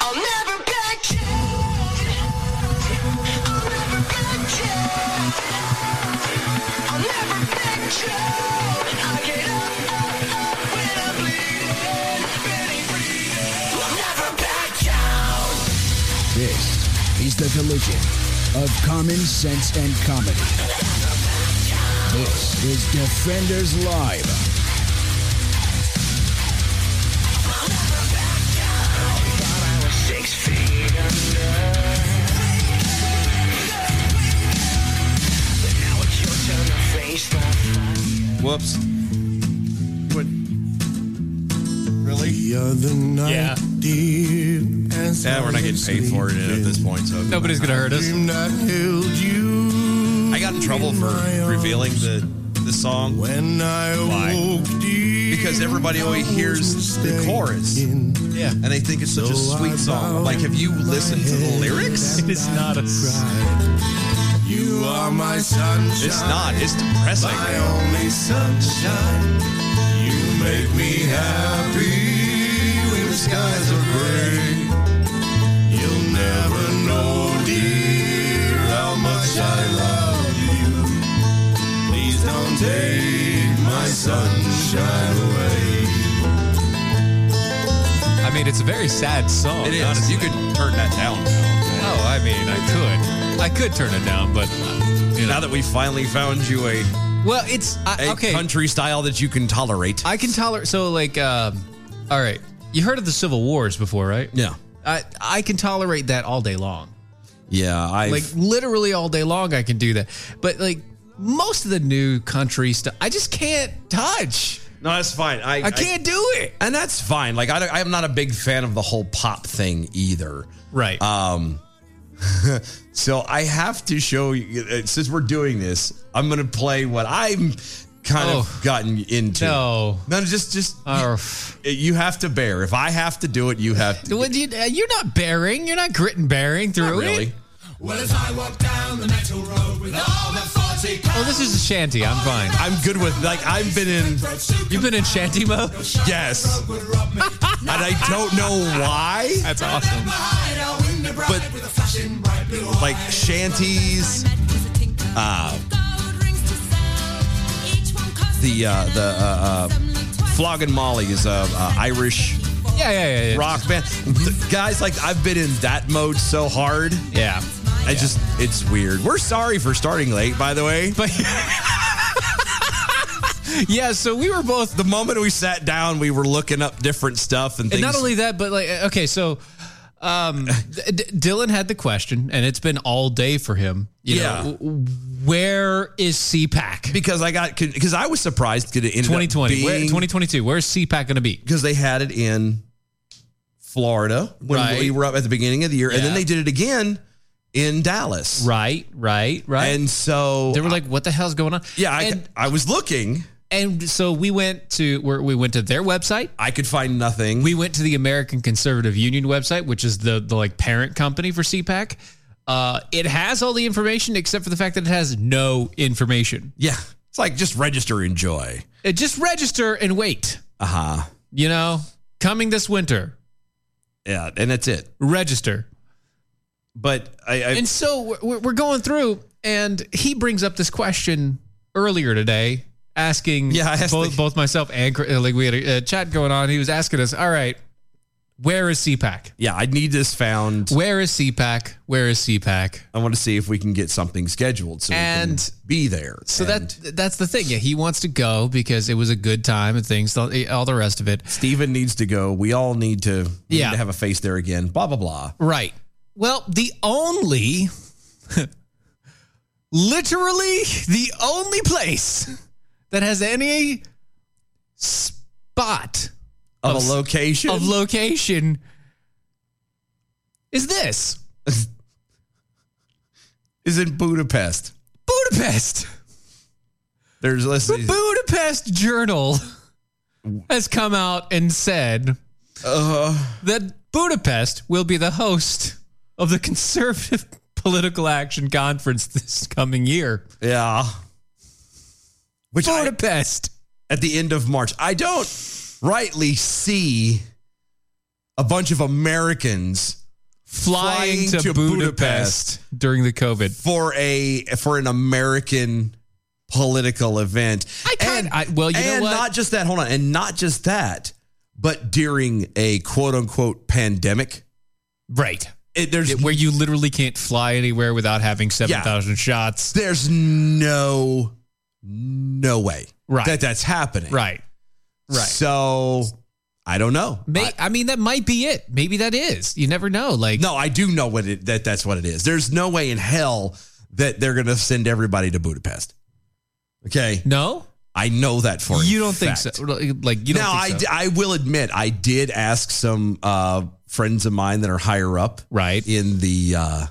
I'll never back down. I'll never back down. I'll never back down. I get up, up, up when I'm bleeding, really bleeding. I'll never back down. This is the collision of common sense and comedy. This is Defenders Live. Whoops. What? Really? The other night, Yeah. dear, as Yeah, we're not getting paid for it at this point, so Nobody's gonna hurt us. dreamed I held you I got in trouble for revealing the the song when I Why? awoke, dear, because everybody only hears the chorus and in Yeah. they think it's such a sweet song. Like, have you listened to the lyrics? It is not us. You are my sunshine. It's not. It's depressing. My only sunshine. You make me happy when the skies are gray. You'll never know, dear, how much I love you. Please don't take my sunshine away. I mean, it's a very sad song. It is. honestly. You could turn that down. now. Oh, I mean, I could. I could turn it down, but uh, you know. Now that we finally found you a, Well, it's I, a okay. country style that you can tolerate. I can tolerate. So, like, um, all right, you heard of the Civil Wars before, right? yeah. I I can tolerate that all day long. Yeah. I Like literally all day long, I can do that. But like most of the new country stuff, I just can't touch. No, that's fine. I, I can't do it. and that's fine. Like I, don't- I'm not a big fan of the whole pop thing either. Right. Um, so I have to show you. uh, Since we're doing this, I'm going to play what I'm kind Oh. of gotten into. No. no, just just Arf. you, you have to bear. If I have to do it, you have to. What do you, uh, you're not bearing. You're not grit and bearing through Not it. really? Well, as I walk down the metal road with all the 40 Oh, this is a shanty. I'm fine. I'm good with like I've been in You've been in shanty mode. yes, and I don't know why. That's awesome. But like shanties, uh, the uh, the uh, uh, Flogging Molly is a uh, Irish Yeah, yeah, yeah. yeah. rock band. The guys, like I've been in that mode so hard. Yeah. I just it's weird. We're sorry for starting late, by the way. But yeah, so we were both The moment we sat down, we were looking up different stuff and things. And not only that, but like, uh, okay, so um, D- D- Dylan had the question, and it's been all day for him. You Yeah. Know, w- where is CPAC? because I got because I was surprised that it ended 2020, where, up being 2022. Where's CPAC going to be? because they had it in Florida when Right. we were up at the beginning of the year, and then Yeah. they did it again in Dallas. Right, right, right. And so they were like, "What the hell's going on?" yeah, I, and, I was looking. and so we went to we're, we went to their website. I could find nothing. We went to the American Conservative Union website, which is the the like parent company for CPAC. Uh, it has all the information except for the fact that it has no information. yeah, it's like just register and enjoy. Uh, just register and wait. Uh huh. you know, coming this winter, Yeah, and that's it. register. But I, I And so we're- we're, we're going through, and he brings up this question earlier today, asking Yeah, I asked both, the- both myself and Chris- uh, like we had a, a chat going on. He was asking us, all right, where is CPAC? yeah, I need this found. Where is CPAC? Where is CPAC? I want to see if we can get something scheduled so we And- can be there. So And that that's the thing. Yeah, he wants to go because it was a good time and things, all the rest of it. Steven needs to go. We all need to, we Yeah. need to have a face there again. Blah blah blah. Right. Well, the only, literally the only place that has any spot Of, Of- a location. of location is this is in Budapest. Budapest. There's let's The Budapest Journal has come out and said uh, that Budapest will be the host of the Conservative Political Action Conference this coming year. yeah. Which I- Budapest. at the end of March. I don't rightly see a bunch of Americans Flying, to, Budapest, during the COVID. for a for an American political event. I kind- I- well, you know and what? not just that. Hold on, and not just that, but during a quote unquote pandemic, Right. it, there's Where you literally can't fly anywhere without having 7,000 shots. there's no no way Right. that that's happening. Right. Right. So I don't know. May, I mean, that might be it. Maybe that is. You never know. Like, No, I do know what it that that's what it is. There's no way in hell that they're going to send everybody to Budapest. Okay, no? I know that for a You don't think fact. so? Like, you don't Now, I, think so. d- I will admit, I did ask some uh, friends of mine that are higher up, Right. in the uh,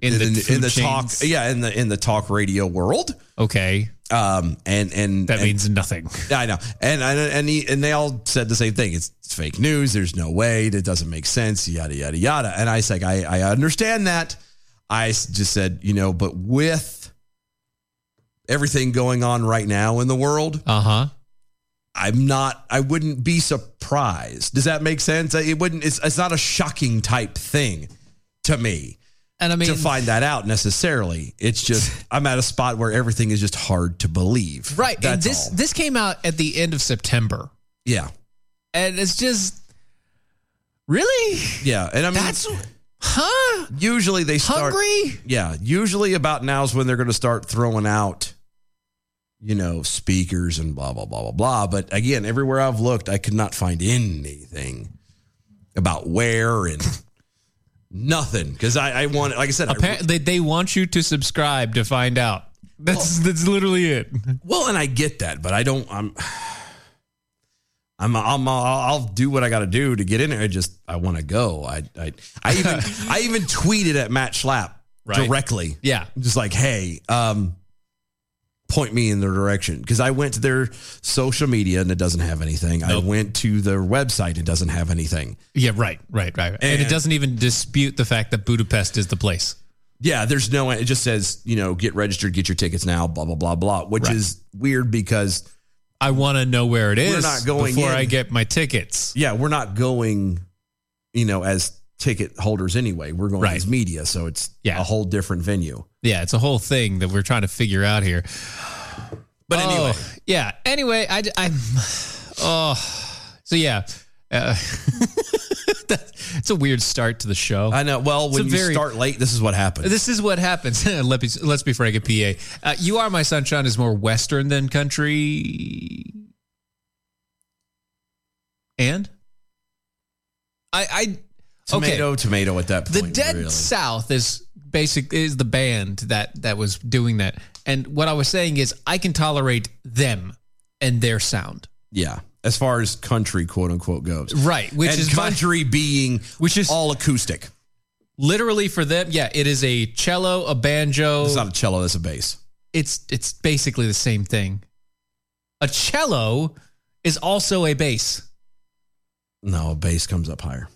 in, the, food in the talk, chains. yeah, in the in the talk radio world. Okay. Um, and and That and- means nothing. I know, and and and, he, and they all said the same thing. It's, it's fake news. There's no way. That doesn't make sense. Yada yada yada. And I was like, I I understand that. I s- just said, you know, but with everything going on right now in the world, Uh huh. I'm not. I wouldn't be surprised. Does that make sense? It wouldn't. It's it's not a shocking type thing to me And I mean, to find that out necessarily. It's just I'm at a spot where everything is just hard to believe. right. and That's this all. this came out at the end of September, yeah, and it's just really, yeah. And I mean, that's huh? usually they Hmm. start. Hungry? Yeah, usually about now is when they're going to start throwing out, you know, speakers and blah blah blah blah blah. But again, everywhere I've looked, I could not find anything about where and nothing because I, I want, like I said, I- Apparently, they want you to subscribe to find out. That's that's literally it. well, and I get that, but I don't. I'm, I'm, I'm I'll, I'll do what I got to do to get in there. I just, I want to go. I, I, I even, I even tweeted at Matt Schlapp Right. directly. Yeah. just like hey um point me in their direction because i went to their social media and it doesn't have anything i went to their website it doesn't have anything Yeah. Right. Right. Right. And, And- it doesn't even dispute the fact that Budapest is the place. yeah there's no it just says you know get registered get your tickets now blah blah blah blah which Right. is weird because I want to know where it is not going before in. I get my tickets. yeah we're not going you know as ticket holders anyway we're going Right. as media so it's Yeah. a whole different venue Yeah, it's a whole thing that we're trying to figure out here. but Oh, anyway yeah. Anyway, I, I, oh, so yeah, uh, that, it's a weird start to the show. i know well when a you very- start late this is what happens this is what happens. Let me, let's be frank, at PA. Uh, you are my sunshine is more Western than country, and I, I tomato tomato at that point the Dead really. South is basic is the band that that was doing that. And what I was saying is I can tolerate them and their sound. Yeah, as far as country "quote unquote" goes, Right, which and is my- country being Which is- all acoustic. Literally for them, yeah, it is a cello, a banjo. It's not a cello; that's a bass. it's it's basically the same thing. A cello is also a bass. No, a bass comes up higher.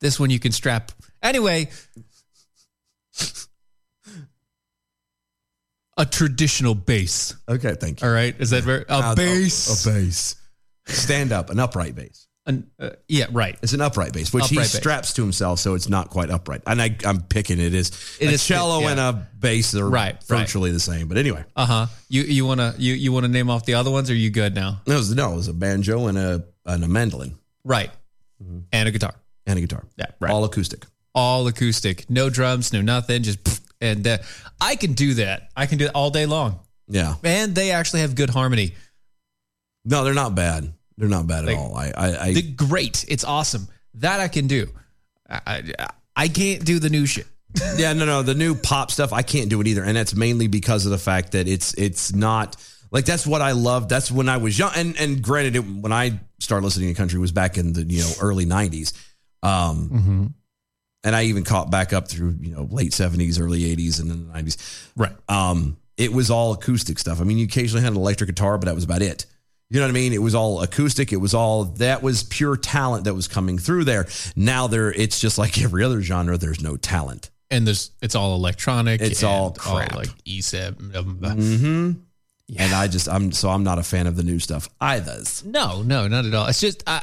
This one you can strap. Anyway, a traditional bass. Okay, thank All right, is that very a Now, bass? a bass, stand up, an upright bass. An- uh, yeah, right. It's an upright bass, which he Upright bass. straps to himself, so it's not quite upright. And I, I'm picking it is It a is- cello yeah. and a bass are Right, right. virtually the same. But anyway, Uh huh. You you wanna you you wanna name off the other ones? Or are you good now? it was no, it was a banjo and a and a mandolin Right. Mm-hmm. And a guitar, and a guitar. Yeah, right. all acoustic. all acoustic, no drums, no nothing, just pfft, and uh, I can do that. I can do it all day long. Yeah, And they actually have good harmony. no, they're not bad. They're not bad at Like, all. I, I, I The great, it's awesome. That I can do. I I, I can't do the new shit. Yeah, no, no. The new pop stuff, I can't do it either, and that's mainly because of the fact that it's it's not like that's what I loved. That's when I was young, and and granted, it, when I started listening to country was back in the you know early '90s, um, and I even caught back up through you know late '70s, early '80s, and then the '90s. Right. Um, it was all acoustic stuff. I mean, you occasionally had an electric guitar, but that was about it. You know what I mean? It was all acoustic. It was all that was pure talent that was coming through there. Now there, it's just like every other genre. There's no talent. And there's it's all electronic. It's and all crap. like E ESEB. blah, blah, blah. And I just I'm so I'm not a fan of the new stuff either. No, no, not at all. It's just I,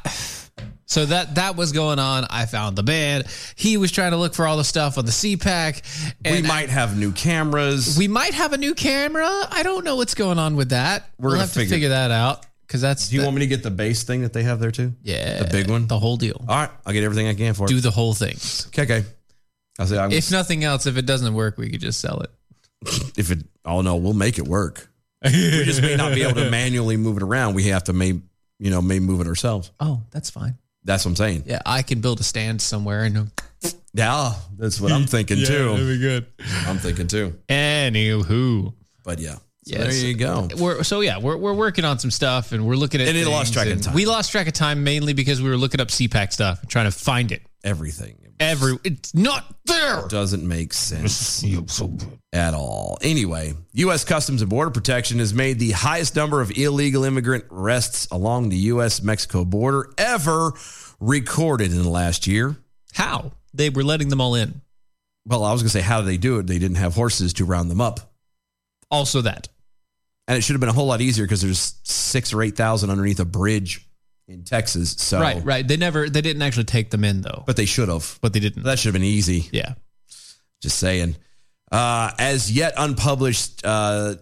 So that that was going on. I found the band. He was trying to look for all the stuff on the CPAC. We And might have new cameras. we might have a new camera. I don't know what's going on with that. We're We're gonna gonna have figure- to figure that out because that's Do you the, want me to get the base thing that they have there too? yeah The big one? Oh, the whole deal. All right, I'll get everything I can for Do it. the whole thing. Okay, okay. I say I If nothing else, if it doesn't work, we could just sell it. if it oh no, we'll make it work. we just may not be able to manually move it around. We have to may you know, may move it ourselves. Oh, that's fine. That's what I'm saying. Yeah, I can build a stand somewhere and Yeah, that's what I'm thinking too. be good. I'm thinking too. Anywho. But yeah. So Yes. there you go. We're, so yeah, we're, we're working on some stuff, and we're looking at. And it lost things, track of and time. We lost track of time mainly because we were looking up CPAC stuff and trying to find it. Everything Every it's not there. doesn't make sense at all. Anyway, U.S. Customs and Border Protection has made the highest number of illegal immigrant arrests along the U.S. Mexico border ever recorded in the last year. How they were letting them all in. Well, I was going to say, how do they do it? They didn't have horses to round them up. Also that. and it should have been a whole lot easier because there's six or eight thousand underneath a bridge in Texas. So Right, right. They never, they didn't actually take them in though, but, but they should have. they didn't. That should have been easy. yeah. Just saying. Uh, as yet unpublished uh,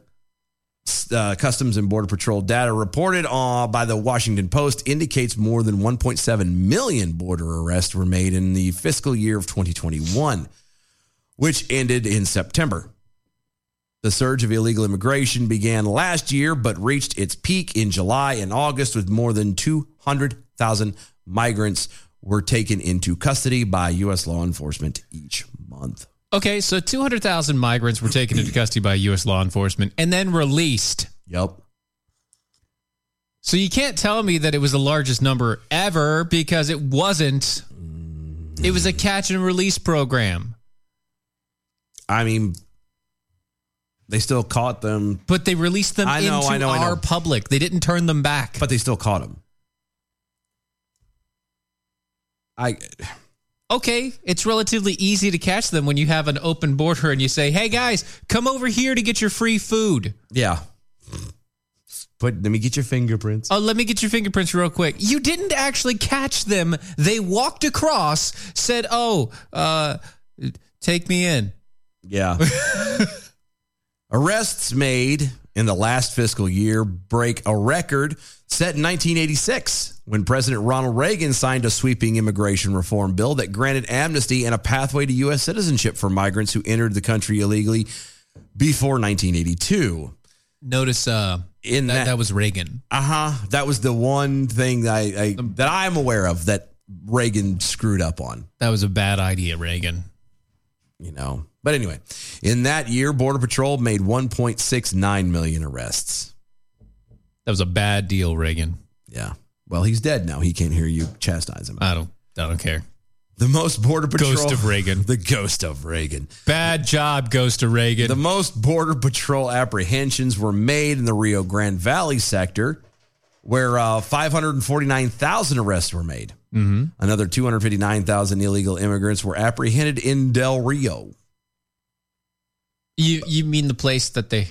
s- uh, Customs and Border Patrol data reported on by the Washington Post indicates more than 1.7 million border arrests were made in the fiscal year of 2021, which ended in September. The surge of illegal immigration began last year, but reached its peak in July and August with more than 200,000 migrants were taken into custody by U.S. law enforcement each month. Okay, so 200,000 migrants were taken into custody by U.S. law enforcement and then released. Yep. So you can't tell me that it was the largest number ever because it wasn't. It was a catch and release program, I mean, they still caught them, but they released them I know, into I know, I know. our public. They didn't turn them back. but they still caught them. I okay, it's relatively easy to catch them when you have an open border and you say, "Hey guys, come over here to get your free food." yeah. But let me get your fingerprints. Oh, let me get your fingerprints real quick. You didn't actually catch them. They walked across, said, "Oh, uh, take me in." Yeah. Arrests made in the last fiscal year break a record set in 1986 when President Ronald Reagan signed a sweeping immigration reform bill that granted amnesty and a pathway to U.S. citizenship for migrants who entered the country illegally before 1982. Notice uh, In that, that, that was Reagan. uh huh, that was the one thing that I, I that I'm aware of that Reagan screwed up on. That was a bad idea, Reagan. you know. But anyway, in that year, Border Patrol made 1.69 million arrests. That was a bad deal, Reagan. Yeah. Well, he's dead now. He can't hear you chastise him. I don't, I don't care. the most Border Patrol. Ghost of Reagan. The ghost of Reagan. Bad job, Ghost of Reagan. The most Border Patrol apprehensions were made in the Rio Grande Valley sector, where uh, 549,000 arrests were made. Mm-hmm. Another 259,000 illegal immigrants were apprehended in Del Rio. you, you mean the place that they,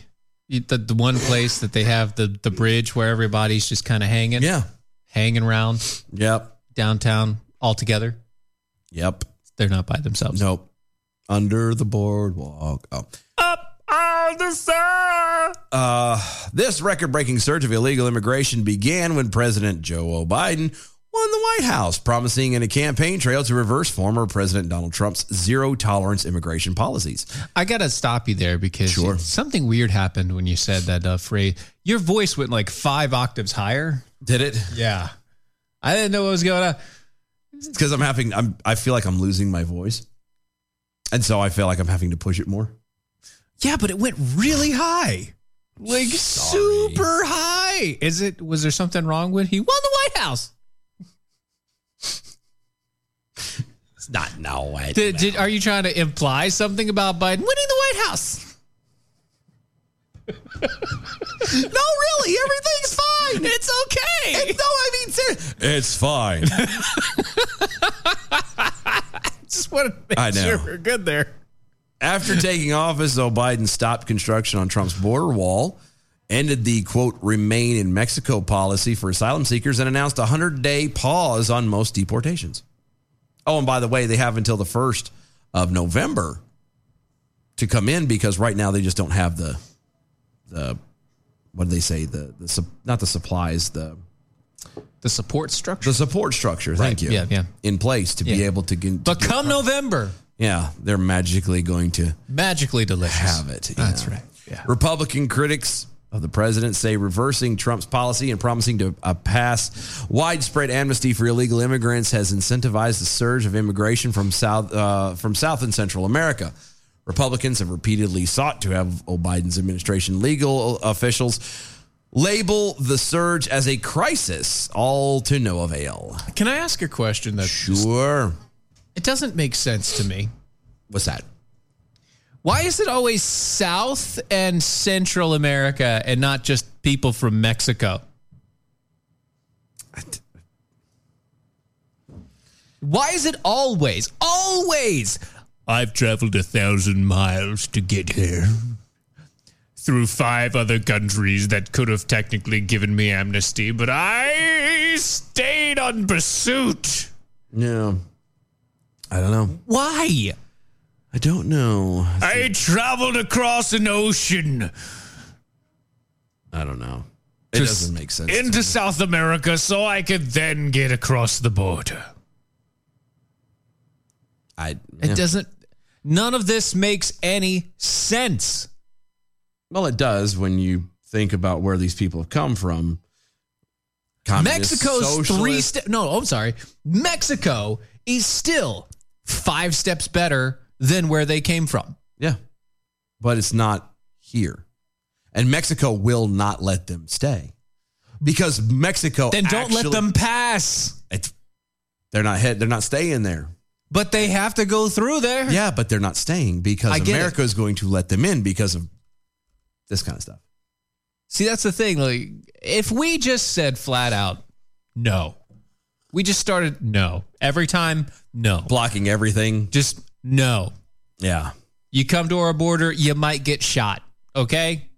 you- the, the one place that they have the the bridge where everybody's just kind of hanging, Yeah. hanging around Yep. downtown all together. Yep. They're not by themselves. Nope. Under the boardwalk. Oh. Up on the sun. Uh, this record breaking surge of illegal immigration began when President Joe Biden won the White House, promising in a campaign trail to reverse former President Donald Trump's zero tolerance immigration policies. I gotta stop you there because Sure. something weird happened when you said that uh, phrase. Your voice went like five octaves higher. Did it? Yeah, I didn't know what was going on. Because I'm having, I'm, I feel like I'm losing my voice. And so I feel like I'm having to push it more. Yeah, but it went really high. Like super high. Is it was there something wrong with he won the White House? It's not now. I- Did, did are you trying to imply something about Biden winning the White House? No, really, everything's fine. It's okay. It's- no, I mean, ser- it's fine. just wanted to make I know. sure we're good there. After taking office, though, Biden stopped construction on Trump's border wall ended the quote remain in Mexico policy for asylum seekers and announced a 100 day pause on most deportations. Oh, and by the way, they have until the 1st of November to come in because right now they just don't have the the what do they say the the sup- not the supplies the The support structure. the support structure thank Right. you Yeah, yeah. in place to be Yeah. able to get But come November, yeah they're magically going to magically delicious. have it you That's know. right. Yeah. Republican critics of the president say reversing Trump's policy and promising to uh, pass widespread amnesty for illegal immigrants has incentivized the surge of immigration from South uh, from South and Central America. Republicans have repeatedly sought to have Biden's administration legal officials label the surge as a crisis, all to no avail. Can I ask a question that Sure, it doesn't make sense to me? what's that? Why is it always South and Central America and not just people from Mexico? Why is it always, always? I've traveled a thousand miles to get here through five other countries that could have technically given me amnesty, but I stayed on pursuit. No, I don't know. Why? I don't know. I traveled across an ocean. I don't know. It Just doesn't make sense. to me. into South America so I could then get across the border. I It yeah. doesn't. None of this makes any sense. Well, it does when you think about where these people have come from. Communist, Mexico's three socialist- steps. No, I'm sorry. Mexico is still five steps better than where they came from. Yeah, but it's not here, and Mexico will not let them stay because Mexico. Then don't actually- let them pass. It's, they're not head. They're not staying there. But they have to go through there. Yeah, but they're not staying because I get it. America is going to let them in because of this kind of stuff. See, that's the thing. Like, if we just said flat out, no, we just started no every time, no, Blocking everything. just no. Yeah. You come to our border, you might get shot. Okay?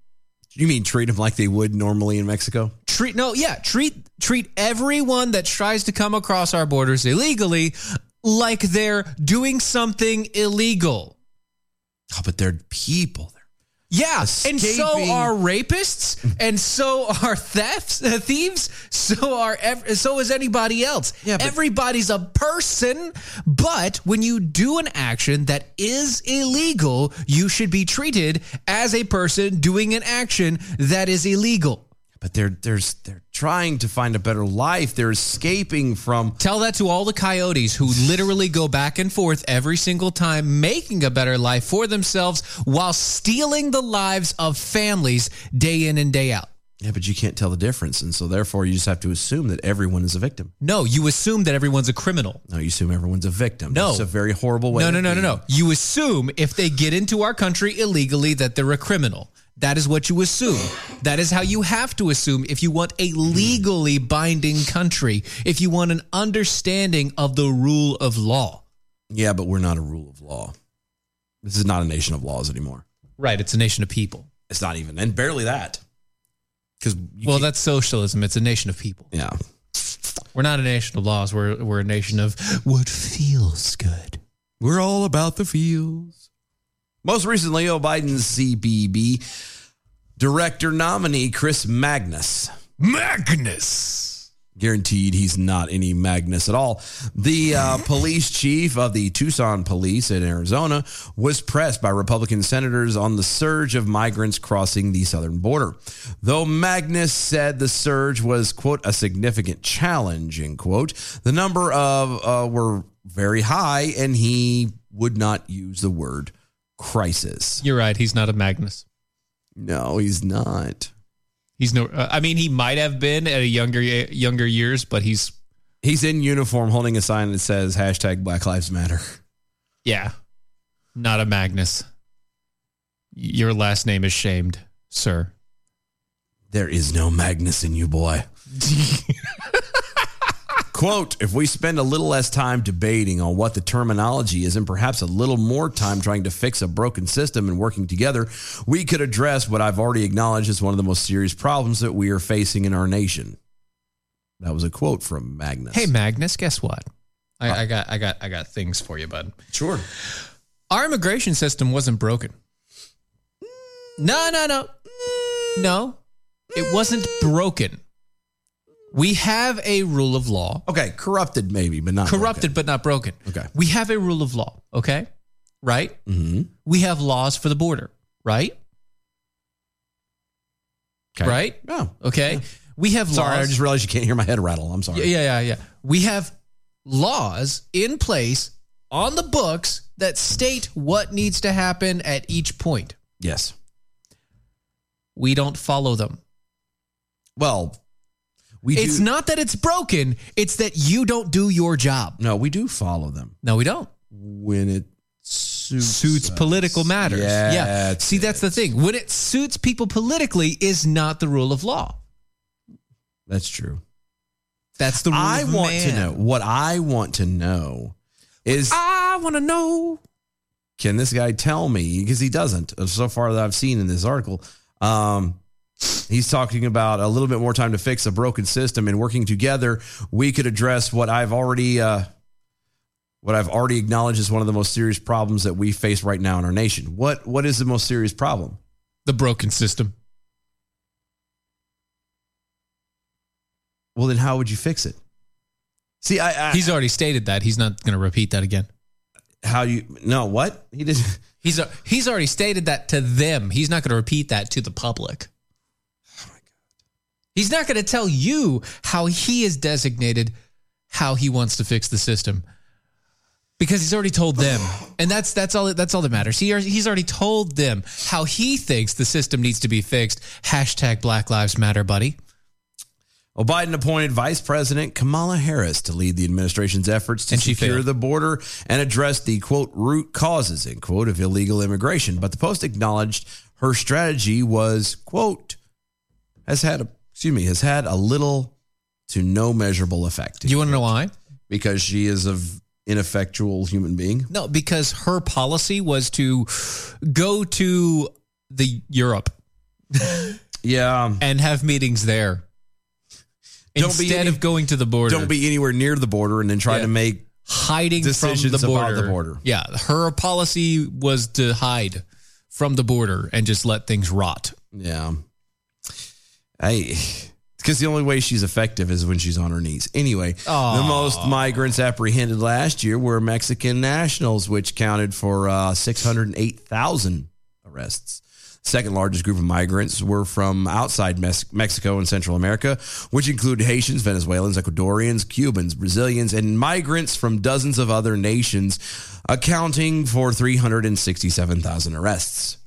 You mean treat them like they would normally in Mexico? Treat no, yeah, treat treat everyone that tries to come across our borders illegally like they're doing something illegal. Oh, but they're people. They're Yeah, and so Escaping. are rapists, and so are thefts, uh, thieves, so are ev- so is anybody else. Yeah, but- Everybody's a person, but when you do an action that is illegal, you should be treated as a person doing an action that is illegal. but they're there's they're trying to find a better life. They're escaping from Tell that to all the coyotes who literally go back and forth every single time, making a better life for themselves while stealing the lives of families day in and day out. yeah, but you can't tell the difference, and so therefore you just have to assume that everyone is a victim. No, you assume that everyone's a criminal. No, you assume everyone's a victim. No. it's a very horrible way. No, of no, no, no, being. no. You assume if they get into our country illegally that they're a criminal. That is what you assume. That is how you have to assume if you want a legally binding country, if you want an understanding of the rule of law. Yeah, but we're not a rule of law. This is not a nation of laws anymore. Right, it's a nation of people. It's not even, and barely that. Because Well, that's socialism. It's a nation of people. yeah, We're not a nation of laws. We're we're a nation of what feels good. we're all about the feels. Most recently, Joe Biden's CBB director nominee Chris Magnus Magnus. guaranteed he's not any Magnus at all. The uh, police chief of the Tucson police in Arizona was pressed by Republican senators on the surge of migrants crossing the southern border. Though Magnus said the surge was, quote, a significant challenge, end quote, the number of uh, were very high and he would not use the word crisis. You're right. He's not a Magnus. No, he's not. He's no. Uh, I mean, he might have been at a younger younger years, but he's He's in uniform holding a sign that says hashtag Black Lives Matter. yeah, not a Magnus. Your last name is shamed, sir. There is no Magnus in you, boy. Quote, if we spend a little less time debating on what the terminology is and perhaps a little more time trying to fix a broken system and working together, we could address what I've already acknowledged is one of the most serious problems that we are facing in our nation. That was a quote from Magnus. Hey Magnus, guess what? I, I got I got I got things for you, bud. sure. Our immigration system wasn't broken. No, no, no. No. It wasn't broken. We have a rule of law. Okay, corrupted maybe, but not corrupted but not broken. Okay. We have a rule of law, okay? Right? hmm We have laws for the border, right? Right? Oh, Okay. We have sorry. I laws. just realized you can't hear my head rattle. I'm sorry. yeah, yeah, yeah, yeah. We have laws in place on the books that state what needs to happen at each point. Yes. We don't follow them. Well, we It's do. not that it's broken, it's that you don't do your job. no, we do follow them No, we don't. when it suits suits us. political matters. Yeah. yeah. See, that's the thing. When it suits people politically is not the rule of law. That's true. That's the rule I of want to man. know what I want to know is I want to know. can this guy tell me because he doesn't uh, so far that I've seen in this article. Um, he's talking about a little bit more time to fix a broken system and working together. We could address what I've already uh, what I've already acknowledged is one of the most serious problems that we face right now in our nation. What what is the most serious problem? The broken system. Well, then how would you fix it? See, I, I He's already stated that. He's not going to repeat that again. how you no what he did. He's a, he's already stated that to them. He's not going to repeat that to the public. He's not going to tell you how he is designated, how he wants to fix the system, because he's already told them, and that's that's all that's all that matters. He already- he's already told them how he thinks the system needs to be fixed. Hashtag Black Lives Matter, buddy. Well, Biden appointed Vice President Kamala Harris to lead the administration's efforts to And she secure failed. the border and address the quote root causes end quote of illegal immigration. But the post acknowledged her strategy was quote has had a, excuse me has had a little to no measurable effect Do you want to know why? because she is a v- ineffectual human being. No, because her policy was to go to the Europe Yeah, and have meetings there Don't be instead any- of going to the border. don't be anywhere near the border and then try Yeah. to make hiding Decisions from the about border. the border. Yeah, her policy was to hide from the border and just let things rot. yeah. I because the only way she's effective is when she's on her knees. Anyway, Aw. the most migrants apprehended last year were Mexican nationals, which counted for uh, 608,000 arrests. Second largest group of migrants were from outside Mes- Mexico and Central America, which include Haitians, Venezuelans, Ecuadorians, Cubans, Brazilians, and migrants from dozens of other nations, accounting for 367,000 arrests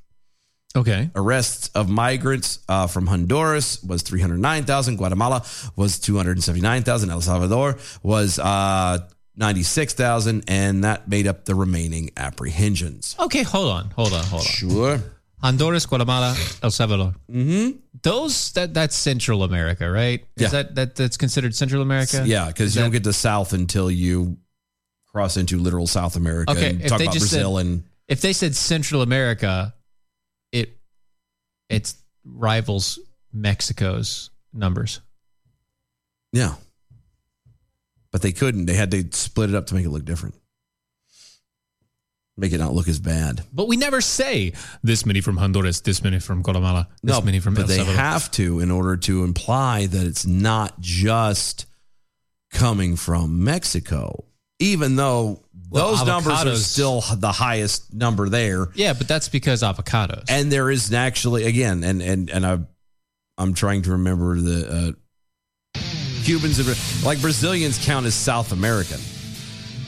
Okay. arrests of migrants uh, from Honduras was 309,000. Guatemala was 279,000. El Salvador was uh, 96,000. And that made up the remaining apprehensions. Okay, hold on, hold on, hold on. Sure. Honduras, Guatemala, El Salvador. Mm-hmm. Those that that's Central America, right? Is Yeah. that, that that's considered Central America? Yeah, because you don't get to South until you cross into literal South America Okay, and if talk they about just Brazil and If they said Central America, it it's rivals Mexico's numbers. yeah. But they couldn't. They had to split it up to make it look different. Make it not look as bad. But we never say this many from Honduras, this many from Guatemala, this many from but El they Salvador. have to in order to imply that it's not just coming from Mexico, even though Well, those numbers are avocados- still the highest number there. yeah, but that's because avocados. And there is actually again, and and and I, I'm trying to remember the uh, Cubans and like Brazilians count as South American.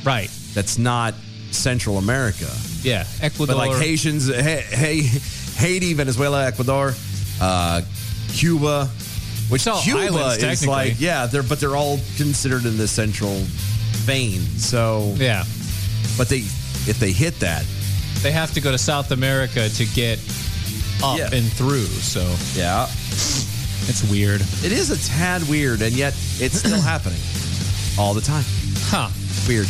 right. That's not Central America. Yeah, Ecuador. But like Haitians, hey, hey, Haiti, Venezuela, Ecuador, uh, Cuba, which It's all Cuba islands, is technically. like yeah, they're but they're all considered in the central vein. So, yeah, but they if they hit that, they have to go to South America to get up Yeah. and through. So yeah, it's weird. it is a tad weird, and yet it's still happening. all the time. Huh. Weird.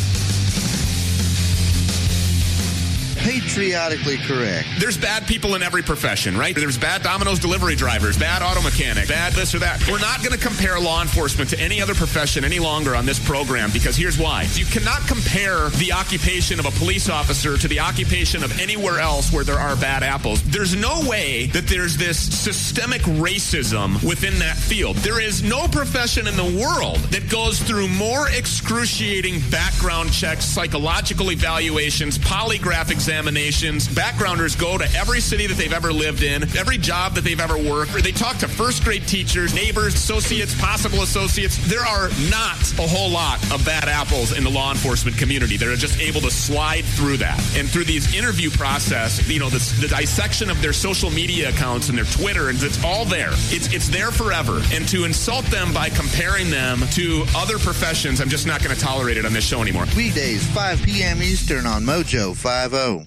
Patriotically correct. There's bad people in every profession, right? There's bad Domino's delivery drivers, bad auto mechanic, bad this or that. We're not going to compare law enforcement to any other profession any longer on this program because here's why. You cannot compare the occupation of a police officer to the occupation of anywhere else where there are bad apples. There's no way that there's this systemic racism within that field. There is no profession in the world that goes through more excruciating background checks, psychological evaluations, polygraph examinations. Backgrounders go to every city that they've ever lived in, every job that they've ever worked. They talk to first grade teachers, neighbors, associates, possible associates. There are not a whole lot of bad apples in the law enforcement community. They're just able to slide through that. And through these interview process, you know, this, the dissection of their social media accounts and their Twitter, and it's all there. It's, it's there forever. And to insult them by comparing them to other professions, I'm just not going to tolerate it on this show anymore. Weekdays, 5 p.m. Eastern on Mojo oh. 50.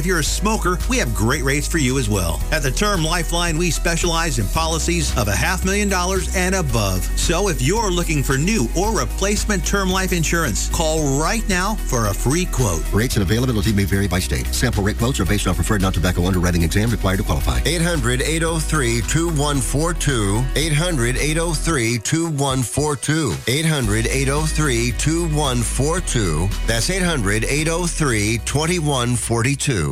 if you're a smoker, we have great rates for you as well. At the Term Lifeline, we specialize in policies of a half million dollars and above. So if you're looking for new or replacement term life insurance, call right now for a free quote. Rates and availability may vary by state. Sample rate quotes are based on preferred non-tobacco underwriting exam required to qualify. 800 803 2142. 800 803 2142. 800 803 2142. That's 800 803 2142.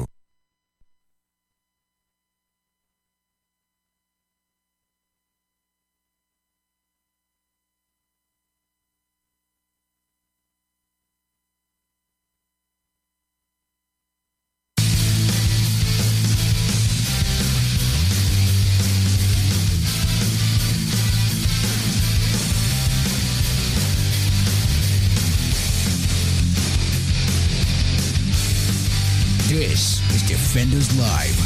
This is Defenders Live.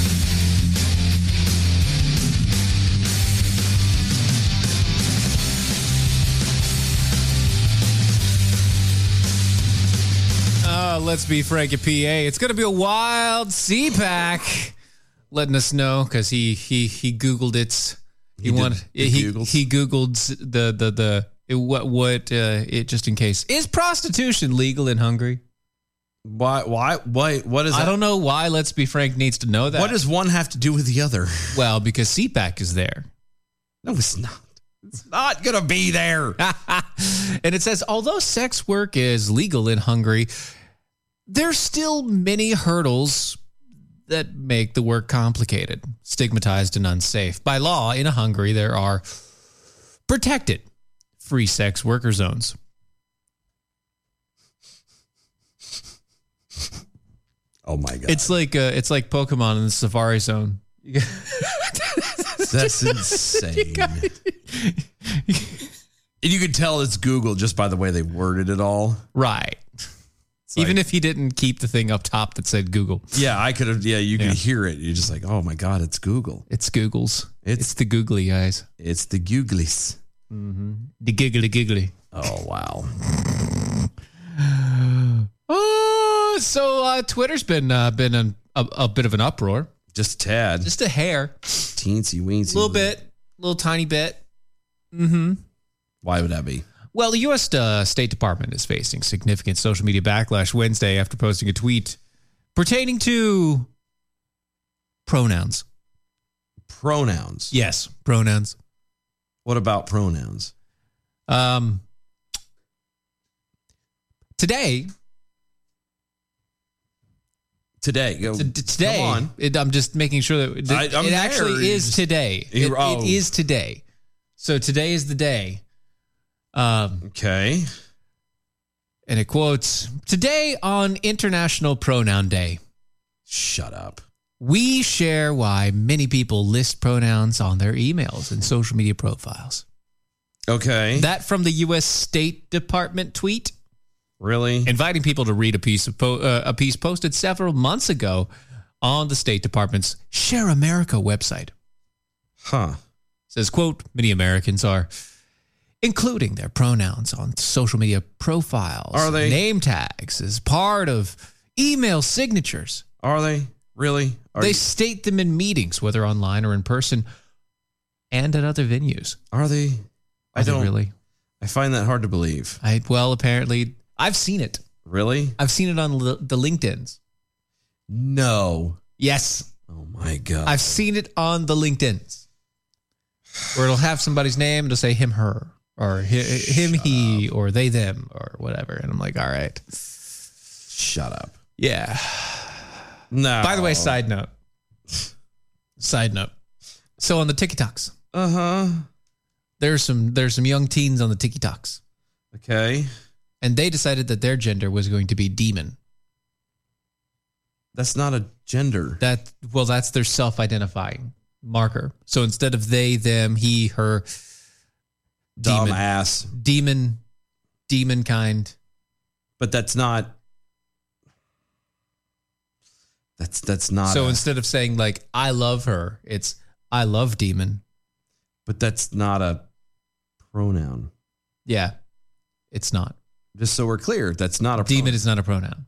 Uh, let's be Frank at PA. It's going to be a wild CPAC letting us know because he he he googled it. He, did- wanted he he Googles. he googled the the the it, what what uh, it just in case is prostitution legal in Hungary? Why? Why? Why? What is? I that- don't know why. Let's be Frank needs to know that. What does one have to do with the other? well because CPAC is there. No, it's not. It's not gonna be there. and it says although sex work is legal in Hungary, there's still many hurdles that make the work complicated, stigmatized, and unsafe. By law in Hungary, there are protected free sex worker zones. Oh my god, It's like uh, it's like Pokemon in the Safari Zone. that's insane. And you could tell it's Google just by the way they worded it all. Right. Even like- if he didn't keep the thing up top that said Google, Yeah, I could have. Yeah, you could Yeah. hear it. You're just like, oh my god, it's Google. it's Google's. It's- It's, the googly eyes. It's the Googlies. The giggly giggly. Oh wow. Oh, so uh, Twitter's been uh, been in a, a bit of an uproar, Just tad, just just a hair, a teensy weensy, little bit, little tiny bit. Why would that be? Well, the U.S. Uh, State Department is facing significant social media backlash Wednesday after posting a tweet pertaining to pronouns. Pronouns. Yes, pronouns. What about pronouns? Um, today, Today. Go, t- today, Come on. It, I'm just making sure that I- it, I'm there. actually You is just- today. It, You're- oh. it is today. So today is the day. Um, Okay. and it quotes today on International Pronoun Day. Shut up. We share why many people list pronouns on their emails and social media profiles. Okay. That from the U.S. State Department tweet really? inviting people to read a piece of po- uh, a piece posted several months ago on the State Department's Share America website. Huh. says quote many americans are including their pronouns on social media profiles Are they? name tags as part of email signatures Are they? Really? Are they you- state them in meetings whether online or in person and at other venues are they? Are I they don't really I find that hard to believe. i well apparently i've seen it Really? i've seen it on li- the linkedins No. yes Oh my god. i've seen it on the linkedins where it'll have somebody's name it'll say him her or hi- him he or they them or whatever and i'm like all right Shut up. yeah No. By the way, side note. Side note. So on the TikToks, Uh Uh-huh. huh. there's some there's some young teens on the TikToks, Okay. and they decided that their gender was going to be demon. That's not a gender. That well, that's their self-identifying marker. So instead of they, them, he, her, Dumb demon, ass. demon, demon kind. But that's not. That's that's not. so a- instead of saying like I love her, it's I love demon. but that's not a pronoun. Yeah, it's not. Just so we're clear, that's not a Demon pronoun. is not a pronoun.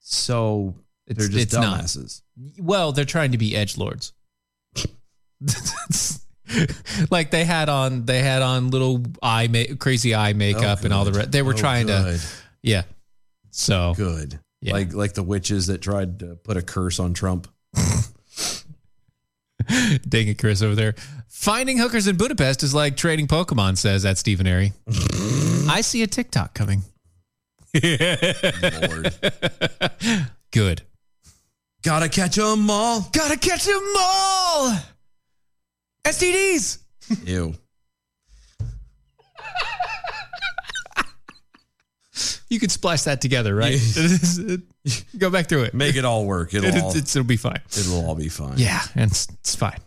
so It's- they're just it's not. dumbasses. Well, they're trying to be edge lords. like they had on they had on little eye ma- crazy eye Oh, makeup and all the rest. They were trying to yeah. So good. Yeah. Like like the witches that tried to put a curse on Trump. dang it, Chris over there. Finding hookers in Budapest is like trading Pokemon, says that Stephen Airy. I see a TikTok coming. Lord. Good. Gotta catch 'em all. Gotta catch them all. STDs. Ew. You could splash that together, right? Go back through it. Make it all work. It'll all, It's- it's- it'll be fine. it'll all be fine. Yeah, and it's, it's fine.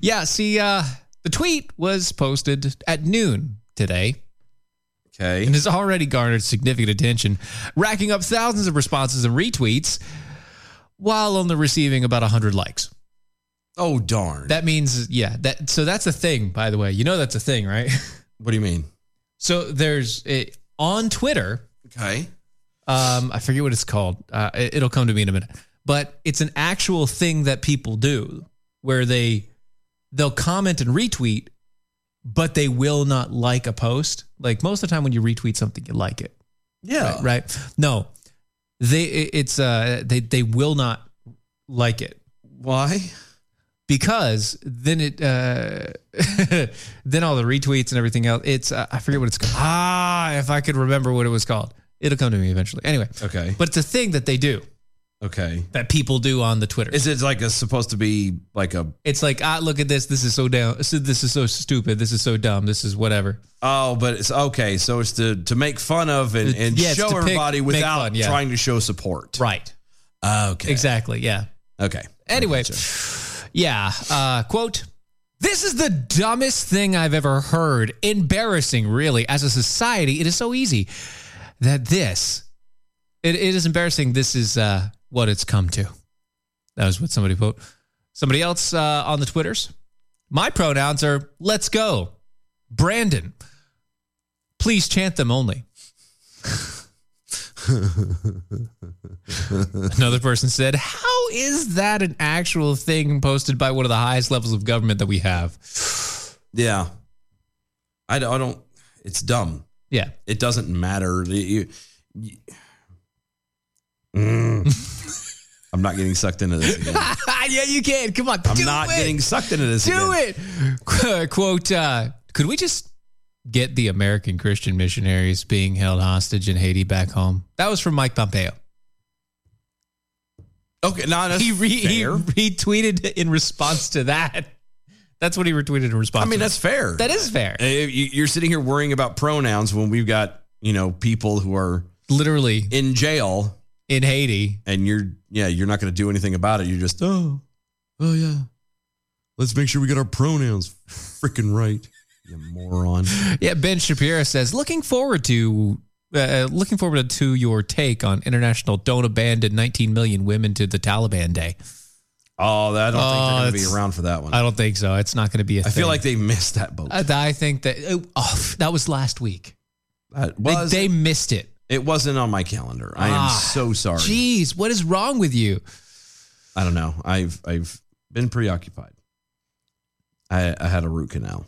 yeah, see, uh, the tweet was posted at noon today Okay. and has already garnered significant attention, racking up thousands of responses and retweets while only receiving about 100 likes. Oh darn. That means, yeah, that so that's a thing, by the way. You know that's a thing, right? what do you mean? so there's it, on Twitter, Okay. um, I forget what it's called. Uh, it, it'll come to me in a minute. But it's an actual thing that people do where they they'll comment and retweet, but they will not like a post. Like most of the time, when you retweet something, you like it, Yeah. right? No, they it- it's uh they they will not like it Why? because then it uh then all the retweets and everything else. It's uh, I forget what it's called. Ah, if I could remember what it was called, it'll come to me eventually. Anyway, Okay. but it's a thing that they do Okay. that people do on the Twitter. It's, Is it like a supposed to be like a like, ah, look at this. This is so down. This is so stupid. This is so dumb. This is whatever. oh, but it's okay. So it's to to make fun of and, and Yeah, it's show to pick- everybody make without fun, yeah. trying to show support. Right. Okay. Exactly. Yeah. Okay. Anyway, yeah. Uh, quote. This is the dumbest thing I've ever heard. Embarrassing, really. As a society, it is so easy that this, it, it is embarrassing. This is uh, what it's come to. That was what somebody put. Somebody else uh, on the Twitters. My pronouns are let's go, Brandon. Please chant them only. Another person said, How is that an actual thing posted by one of the highest levels of government that we have? Yeah. I don't, I don't it's dumb. Yeah. It doesn't matter. You- you- you- Mm. I'm not getting sucked into this again. yeah, you can. Come on. I'm not getting sucked into this again. Do it. Quote, uh, could we just get the American Christian missionaries being held hostage in Haiti back home? That was from Mike Pompeo. Okay, no, that's He, re- he fair. retweeted in response to that. That's what he retweeted in response I mean, to that's fair. that is fair. Uh, you- You're sitting here worrying about pronouns when we've got you know people who are Literally in jail, in Haiti. and you're yeah, you're not going to do anything about it. You're just oh, oh yeah. Let's make sure we get our pronouns freaking right. You moron. Yeah, Ben Shapiro says, looking forward to uh, looking forward to your take on International Don't Abandon 19 Million Women to the Taliban Day. Oh, that- I don't Oh, think they're going to that's- be around for that one. I I, don't think so. It's not going to be a thing. feel like they missed that boat. I, I think Uh, that oh, oh, that was last week. That They, was, they missed it. it wasn't on my calendar. I am Ah, so sorry. Jeez, what is wrong with you? I don't know. I've I've been preoccupied. I, I had a root canal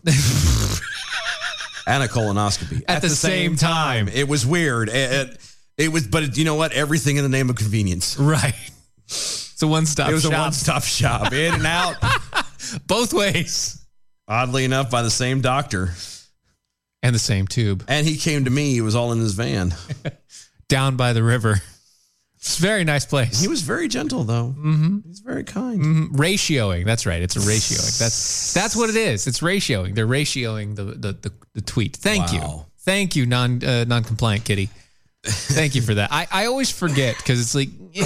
and a colonoscopy At the same time. It was weird. It, it, it was, but you know what? Everything in the name of convenience. Right. It's a one-stop It was shop. a one-stop shop, in and out. Both ways. Oddly enough, by the same doctor, And the same tube. and he came to me. It was all in his van. Down by the river. It's a very nice place. He was very gentle, though. Mm-hmm. He's very kind. ratioing. That's right. It's a ratioing. That's that's what it is. It's ratioing. They're ratioing the the, the, the tweet. Thank you. Wow. Thank you, non uh, non compliant kitty. Thank you for that. I, I always forget because it's like eh,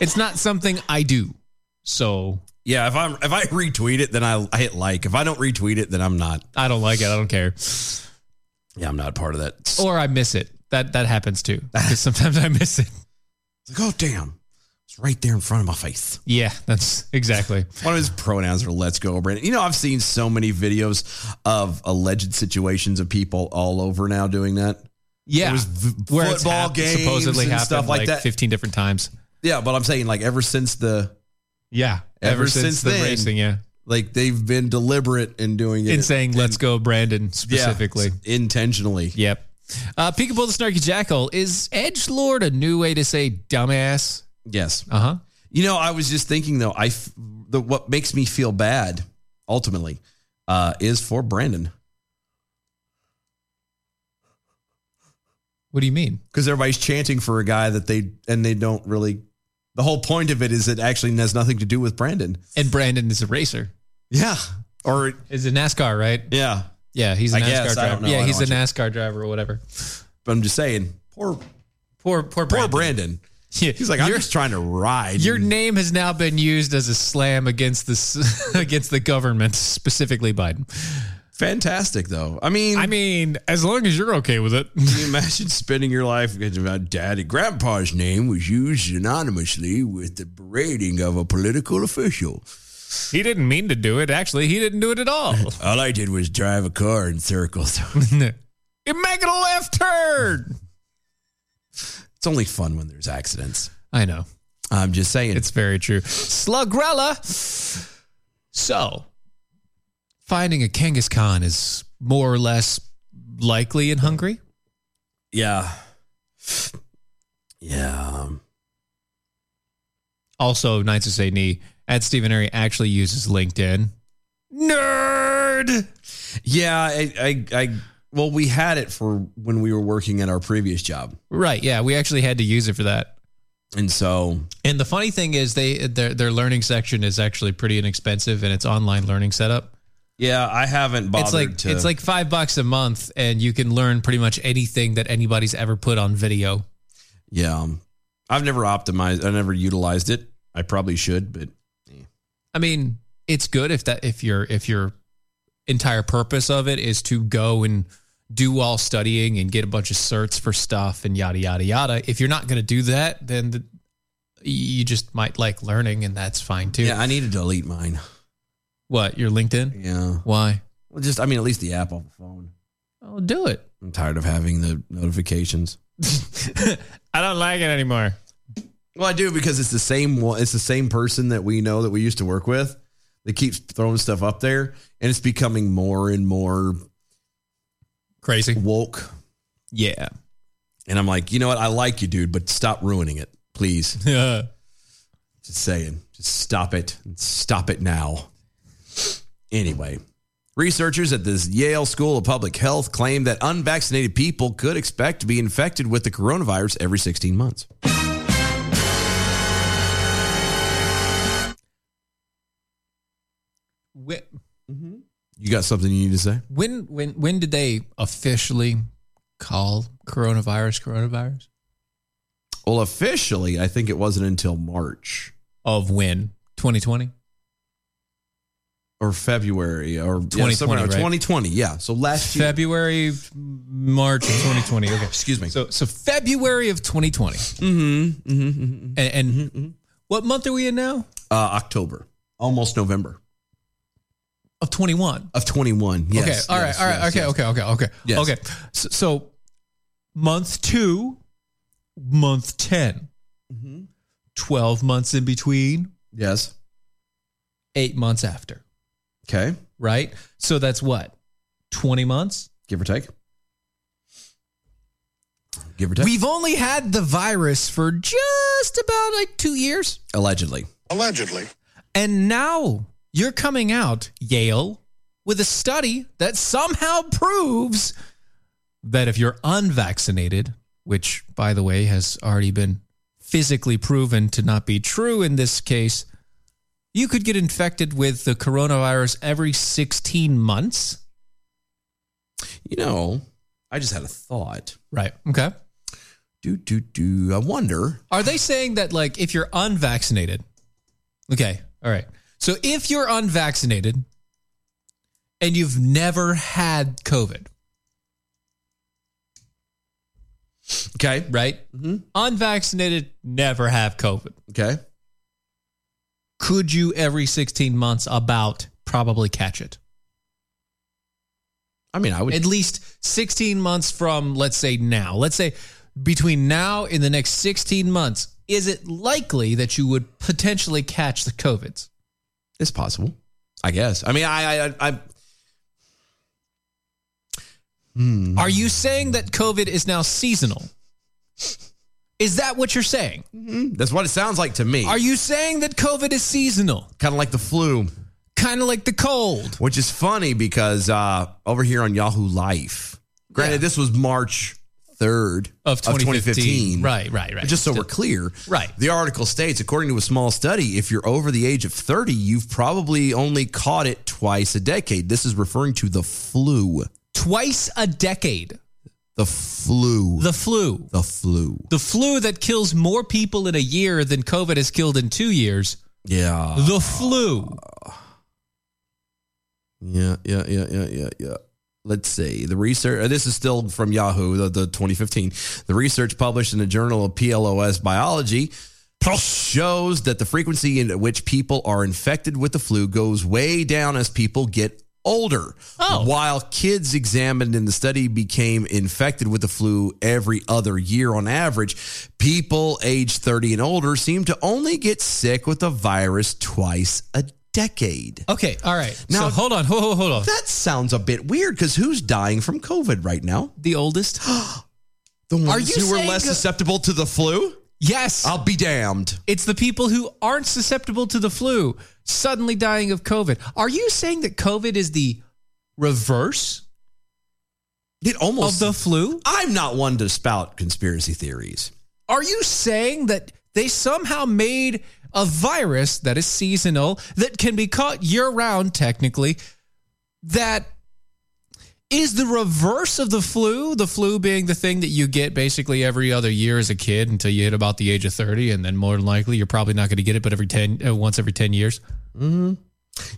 it's not something I do. So Yeah, if I'm if I retweet it, then I, I hit like. If I don't retweet it, then I'm not. I don't like it. I don't care. Yeah, I'm not part of that. Or I miss it. That that happens too. 'Cause sometimes I miss it. It's like, oh damn, it's right there in front of my face. Yeah, that's exactly. One of his pronouns are "Let's go, Brandon." You know, I've seen so many videos of alleged situations of people all over now doing that. Yeah, It was v- where it's football happened- games supposedly and happened stuff like like that. fifteen different times. Yeah, but I'm saying like ever since the Yeah, Ever since the then, racing. Yeah, like they've been deliberate in doing it in saying "Let's go, Brandon" specifically. yeah, intentionally. Yep. Uh, Peekaboo the Snarky Jackal is Edge Lord a new way to say dumbass? Yes, Uh huh. You know, I was just thinking though. I f- the what makes me feel bad ultimately uh, is for Brandon What do you mean? because everybody's chanting for a guy that they and they don't really. The whole point of it is it actually has nothing to do with Brandon. And Brandon is a racer. Yeah, or Is a NASCAR right? yeah. Yeah, he's a I NASCAR guess. I driver. don't know. I Yeah, don't he's a watch it. NASCAR driver or whatever. But I'm just saying, poor Poor, poor poor, Brandon. Brandon. Yeah, He's like, I'm your, just trying to ride. your name has now been used as a slam against this against the government, specifically Biden. fantastic though. I mean, I mean, as long as you're okay with it. Can you imagine spending your life because my daddy grandpa's name was used synonymously with the berating of a political official. he didn't mean to do it. Actually, he didn't do it at all. All I did was drive a car in circles. You're making a left turn. It's only fun when there's accidents. I know. I'm just saying. It's very true. Slugrella. So, finding a Genghis Khan is more or less likely in Hungary. yeah. Yeah. Also, Knights of St. Nee at Stephen Airy actually uses LinkedIn. Nerd. Yeah. I, I, I, well, we had it for when we were working at our previous job. Right. Yeah. We actually had to use it for that. And so, And the funny thing is, they their, their learning section is actually pretty inexpensive, and it's online learning setup. yeah, I haven't bothered It's like to. it's like five bucks a month, and you can learn pretty much anything that anybody's ever put on video. yeah. um, I've never optimized, I never utilized it. I probably should, but I mean, it's good if that if your if your entire purpose of it is to go and do all studying and get a bunch of certs for stuff and yada yada yada. If you're not going to do that, then the, you just might like learning, and that's fine too. yeah, I need to delete mine. What your LinkedIn? Yeah. Why? Well, just, I mean, at least the app on the phone. Oh, do it. I'm tired of having the notifications. I don't like it anymore. Well, I do because it's the same one. It's the same person that we know that we used to work with that keeps throwing stuff up there, and it's becoming more and more Crazy. woke. Yeah. And I'm like, you know what? I like you, dude, but stop ruining it, please. Yeah. Just saying, just stop it. Stop it now. Anyway, researchers at this Yale School of Public Health claim that unvaccinated people could expect to be infected with the coronavirus every 16 months. Wh- You got something you need to say? When when when did they officially call coronavirus coronavirus? Well, officially, I think it wasn't until March. Of when? 2020? or February or 2020, somewhere- right? 2020. Yeah. So last year. February, March of 2020. Okay, Excuse me. So, so February of 2020. Mm-hmm. mm-hmm, And, and what month are we in now? mm-hmm. uh, October, almost November Of 21. of 21. Yes. okay. All right. yes, all right. yes, okay, yes. okay. Okay. Okay. Yes. Okay. So, so month two, month 10, Mm-hmm. 12 months in between, Yes. eight months after, Okay. right? So that's what? 20 months? Give or take. Give or take. We've only had the virus for just about like two years. Allegedly. Allegedly. And now you're coming out, Yale, with a study that somehow proves that if you're unvaccinated, which, by the way, has already been physically proven to not be true in this case, you could get infected with the coronavirus every 16 months. You know, I just had a thought. Right. Okay. Do, do, do. I wonder. Are they saying that, like, if you're unvaccinated? Okay. All right. So if you're unvaccinated and you've never had COVID, Okay. right? Mm-hmm. Unvaccinated never have COVID. Okay. Could you every 16 months about probably catch it? I mean, I would. At least 16 months from, let's say, now. Let's say between now and the next 16 months, is it likely that you would potentially catch the COVIDs? It's possible, I guess. I mean, I, I, I, I Mm-hmm. Are you saying that COVID is now seasonal? Is that what you're saying? that's what it sounds like to me. Are you saying that COVID is seasonal? kind of like the flu, Kind of like the cold. which is funny because uh, over here on Yahoo Life, granted, Yeah. this was March third Of 2015. Right, right, right. Just so Still- we're clear, Right. The article states, according to a small study, if you're over the age of thirty, you've probably only caught it twice a decade. This is referring to the flu. Twice a decade, The flu. the flu. the flu. the flu that kills more people in a year than COVID has killed in two years. Yeah. The flu. Yeah, yeah, yeah, yeah, yeah, yeah. Let's see. The research, uh, this is still from Yahoo, the, the 2015. The research published in the Journal of PLOS Biology shows that the frequency in which people are infected with the flu goes way down as people get older. Oh. While kids examined in the study became infected with the flu every other year on average, people age 30 and older seem to only get sick with the virus twice a decade. Okay, all right. Now Now- hold on, hold, hold, hold on. That sounds a bit weird because who's dying from COVID right now? The oldest? The ones Are you who are saying- less susceptible to the flu? Yes. I'll be damned. it's the people who aren't susceptible to the flu suddenly dying of COVID. Are you saying that COVID is the reverse It of almost. the flu? I'm not one to spout conspiracy theories. Are you saying that they somehow made a virus that is seasonal that can be caught year round technically that is the reverse of the flu, the flu being the thing that you get basically every other year as a kid until you hit about the age of 30 and then more than likely you're probably not going to get it but every 10 uh, once every 10 years.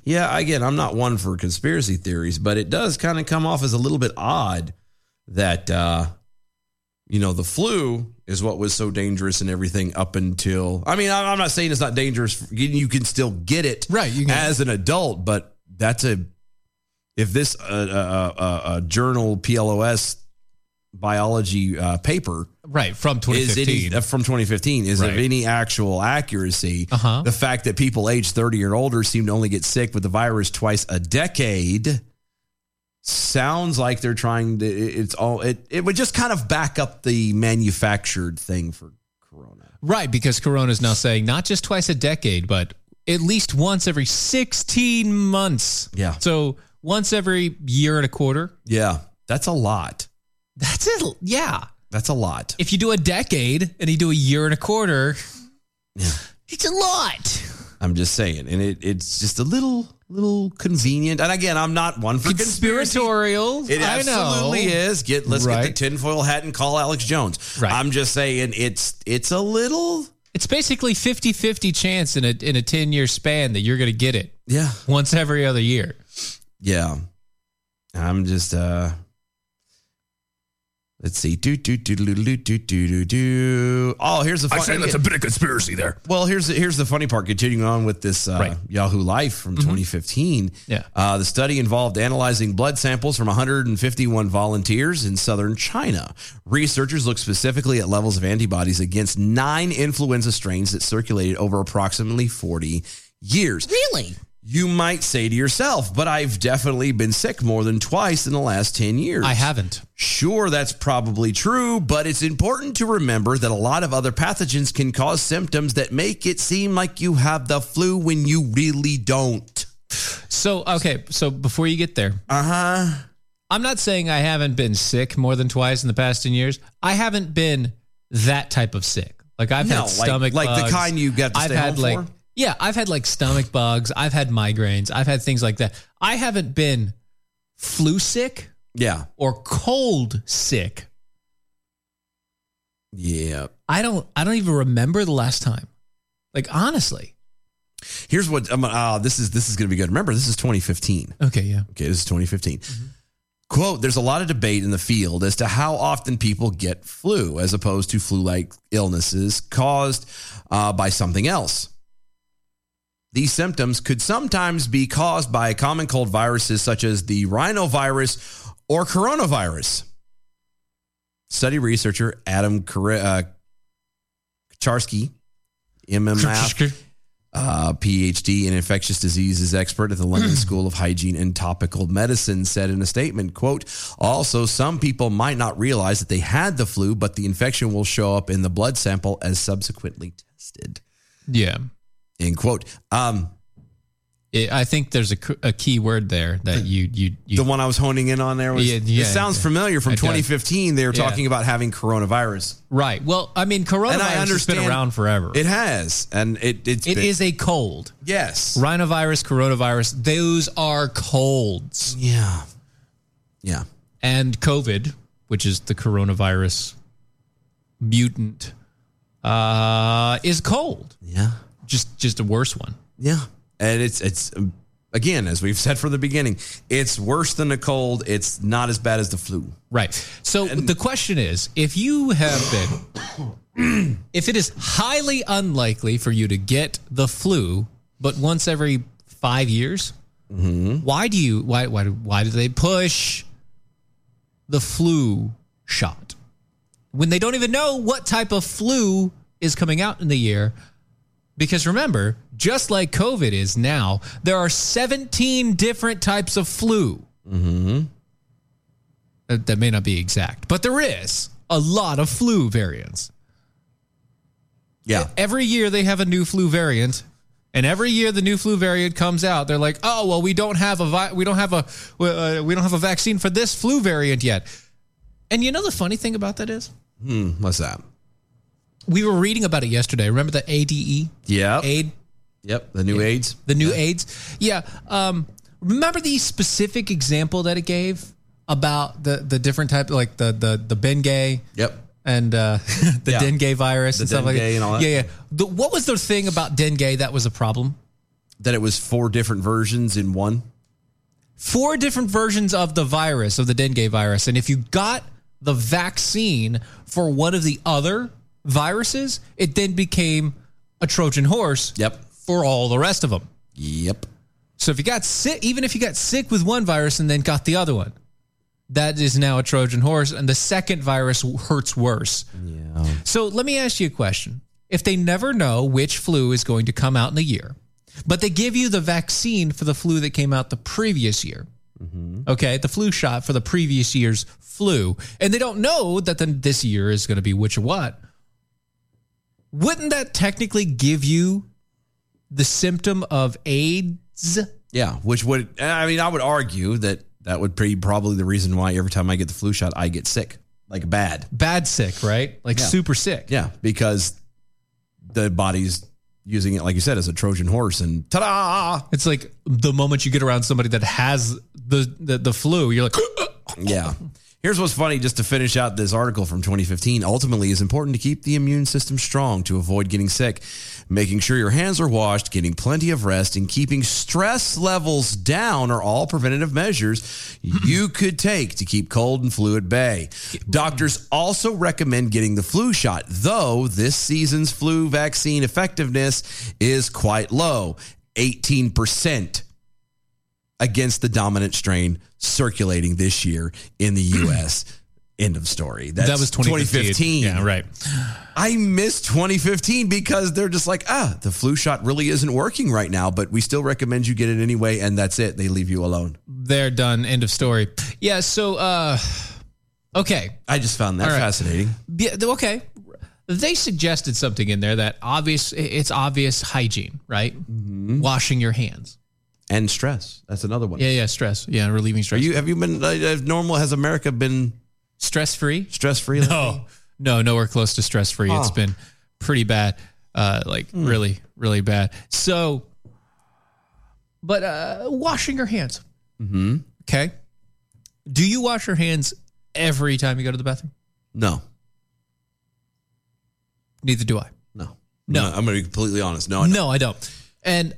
Yeah, again, I'm not one for conspiracy theories, but it does kind of come off as a little bit odd that, uh, you know, the flu is what was so dangerous and everything up until. I mean, I- I'm not saying it's not dangerous. You can still get it Right, you can- as an adult, but that's a. If this uh, uh, uh, uh, journal PLOS biology uh, paper Right, from is 2015. any, uh, from 2015 is of Right. any actual accuracy. Uh-huh. The fact that people age 30 or older seem to only get sick with the virus twice a decade sounds like they're trying to. it- It's all it. It would just kind of back up the manufactured thing for Corona. Right, because Corona is now saying not just twice a decade, but at least once every 16 months. Yeah. So once every year and a quarter. Yeah, that's a lot. That's it. Yeah. That's a lot. If you do a decade and you do a year and a quarter, it's a lot. I'm just saying, and it, it's just a little little convenient. And again, I'm not one for conspiracy Conspiratorial. It I know. absolutely is. Get let's Right. get the tinfoil hat and call Alex Jones. Right. I'm just saying it's it's a little It's basically 50-50 chance in a in a 10-year span that you're going to get it Yeah. once every other year. Yeah. I'm just uh let's see. Do do do do do do do do do. Oh, here's the fun- bit of conspiracy there. well, here's the, here's the funny part. Continuing on with this uh, Right. Mm-hmm. Yahoo Life from 2015, Yeah. uh, the study involved analyzing blood samples from 151 volunteers in southern China. Researchers looked specifically at levels of antibodies against nine influenza strains that circulated over approximately 40 years. Really? You might say to yourself, but I've definitely been sick more than twice in the last 10 years. I haven't. Sure, that's probably true, but it's important to remember that a lot of other pathogens can cause symptoms that make it seem like you have the flu when you really don't. So okay, so before you get there, Uh huh. I'm not saying I haven't been sick more than twice in the past 10 years. I haven't been that type of sick. Like I've No, had like- stomach like the bugs. kind you got to I've stay had home like for? yeah, I've had like stomach bugs, I've had migraines, I've had things like that. I haven't been flu sick Yeah. or cold sick. Yeah. I don't I don't even remember the last time. Like honestly. Here's what I'm. Uh, this is this is going to be good. Remember, this is 2015. Okay, yeah. Okay, this is 2015. Quote, there's a lot of debate in the field as to how often people get flu as opposed to flu like illnesses caused uh, by something else. These symptoms could sometimes be caused by common cold viruses such as the rhinovirus or coronavirus. Study researcher Adam Kar- uh, Kacharsky, MMF, uh, PhD and infectious diseases expert at the London School of Hygiene and Topical Medicine, said in a statement, quote, also some people might not realize that they had the flu, but the infection will show up in the blood sample as subsequently tested, Yeah. end quote. Um, It, I think there's a, cr- a key word there that you you, you the one I was honing in on there was, Yeah, yeah, it sounds yeah. familiar from It does. 2015. They were Yeah. talking about having coronavirus. Right. Well, I mean, coronavirus And I has been understand- around forever. It has. And it, it's it been- is a cold. Yes. Rhinovirus, coronavirus, those are colds. Yeah. Yeah. And COVID, which is the coronavirus mutant, uh, is cold. Yeah. Just just a worse one. Yeah, and it's it's um, again as we've said from the beginning, it's worse than a cold. It's not as bad as the flu. Right. So the question is if you have been, if it is highly unlikely for you to get the flu, but once every five years, why do you, why, why, do- why do they push the flu shot when they don't even know what type of flu is coming out in the year? Because remember, just like COVID is now, there are 17 different types of flu. That, that may not be exact, but there is a lot of flu variants. Yeah, Every year they have a new flu variant, and every year the new flu variant comes out. They're like, "Oh, well, we don't have a vi- we don't have a we- uh, we don't have a vaccine for this flu variant yet." And you know the funny thing about that is, what's that? we were reading about it yesterday. Remember the E? ADE, Yep, AID, yep. The new AIDS. the new AIDS? Yeah. Um, remember the specific example that it gave about the the different type, like the the the Bengay. Yep. and uh, the Yeah. dengue virus and stuff like that. dengue and all that. Yeah, yeah. The, what was the thing about dengue that was a problem? That it was four different versions in one. Four different versions of the virus of the dengue virus, and if you got the vaccine for one of the other viruses, it then became a Trojan horse Yep. for all the rest of them. Yep. So if you got sick, even if you got sick with one virus and then got the other one, that is now a Trojan horse, and the second virus hurts worse. Yeah. So let me ask you a question. If they never know which flu is going to come out in a year, but they give you the vaccine for the flu that came out the previous year, okay, the flu shot for the previous year's flu, and they don't know that then this year is going to be which what, wouldn't that technically give you the symptom of AIDS? Yeah. Which would and I mean? I would argue that that would be probably the reason why every time I get the flu shot, I get sick, like bad. Bad sick, right? Like super sick. Yeah, because the body's using it, like you said, as a Trojan horse, and ta-da! It's like the moment you get around somebody that has the the, the flu, you're like, Yeah. Here's what's funny, just to finish out this article from 2015. Ultimately, it's important to keep the immune system strong to avoid getting sick. Making sure your hands are washed, getting plenty of rest, and keeping stress levels down are all preventative measures you could take to keep cold and flu at bay. Doctors also recommend getting the flu shot, though this season's flu vaccine effectiveness is quite low 18% against the dominant strain circulating this year in the U.S. End of story. That's that was 2015. Yeah, right. I miss 2015 because they're just like, ah, the flu shot really isn't working right now, but we still recommend you get it anyway, and that's it. They leave you alone. They're done. End of story. Yeah. So, uh, okay. I just found that All right. fascinating. Yeah, th- okay. They suggested something in there that obvious. It's obvious hygiene, right? Mm-hmm. Washing your hands. And stress. That's another one. Yeah, yeah. Stress. Yeah, relieving Are stress. you? Have you been? Like, as normal has America been stress free? stress free? No, Oh, no, nowhere close to stress free. It's Oh. been pretty bad, uh, like really, really bad. So, but uh, washing your hands. Mm-hmm. Okay. Do you wash your hands every time you go to the bathroom? no, Neither do I. no, no. I'm gonna be completely honest. No, I don't. Oh, No, I don't. And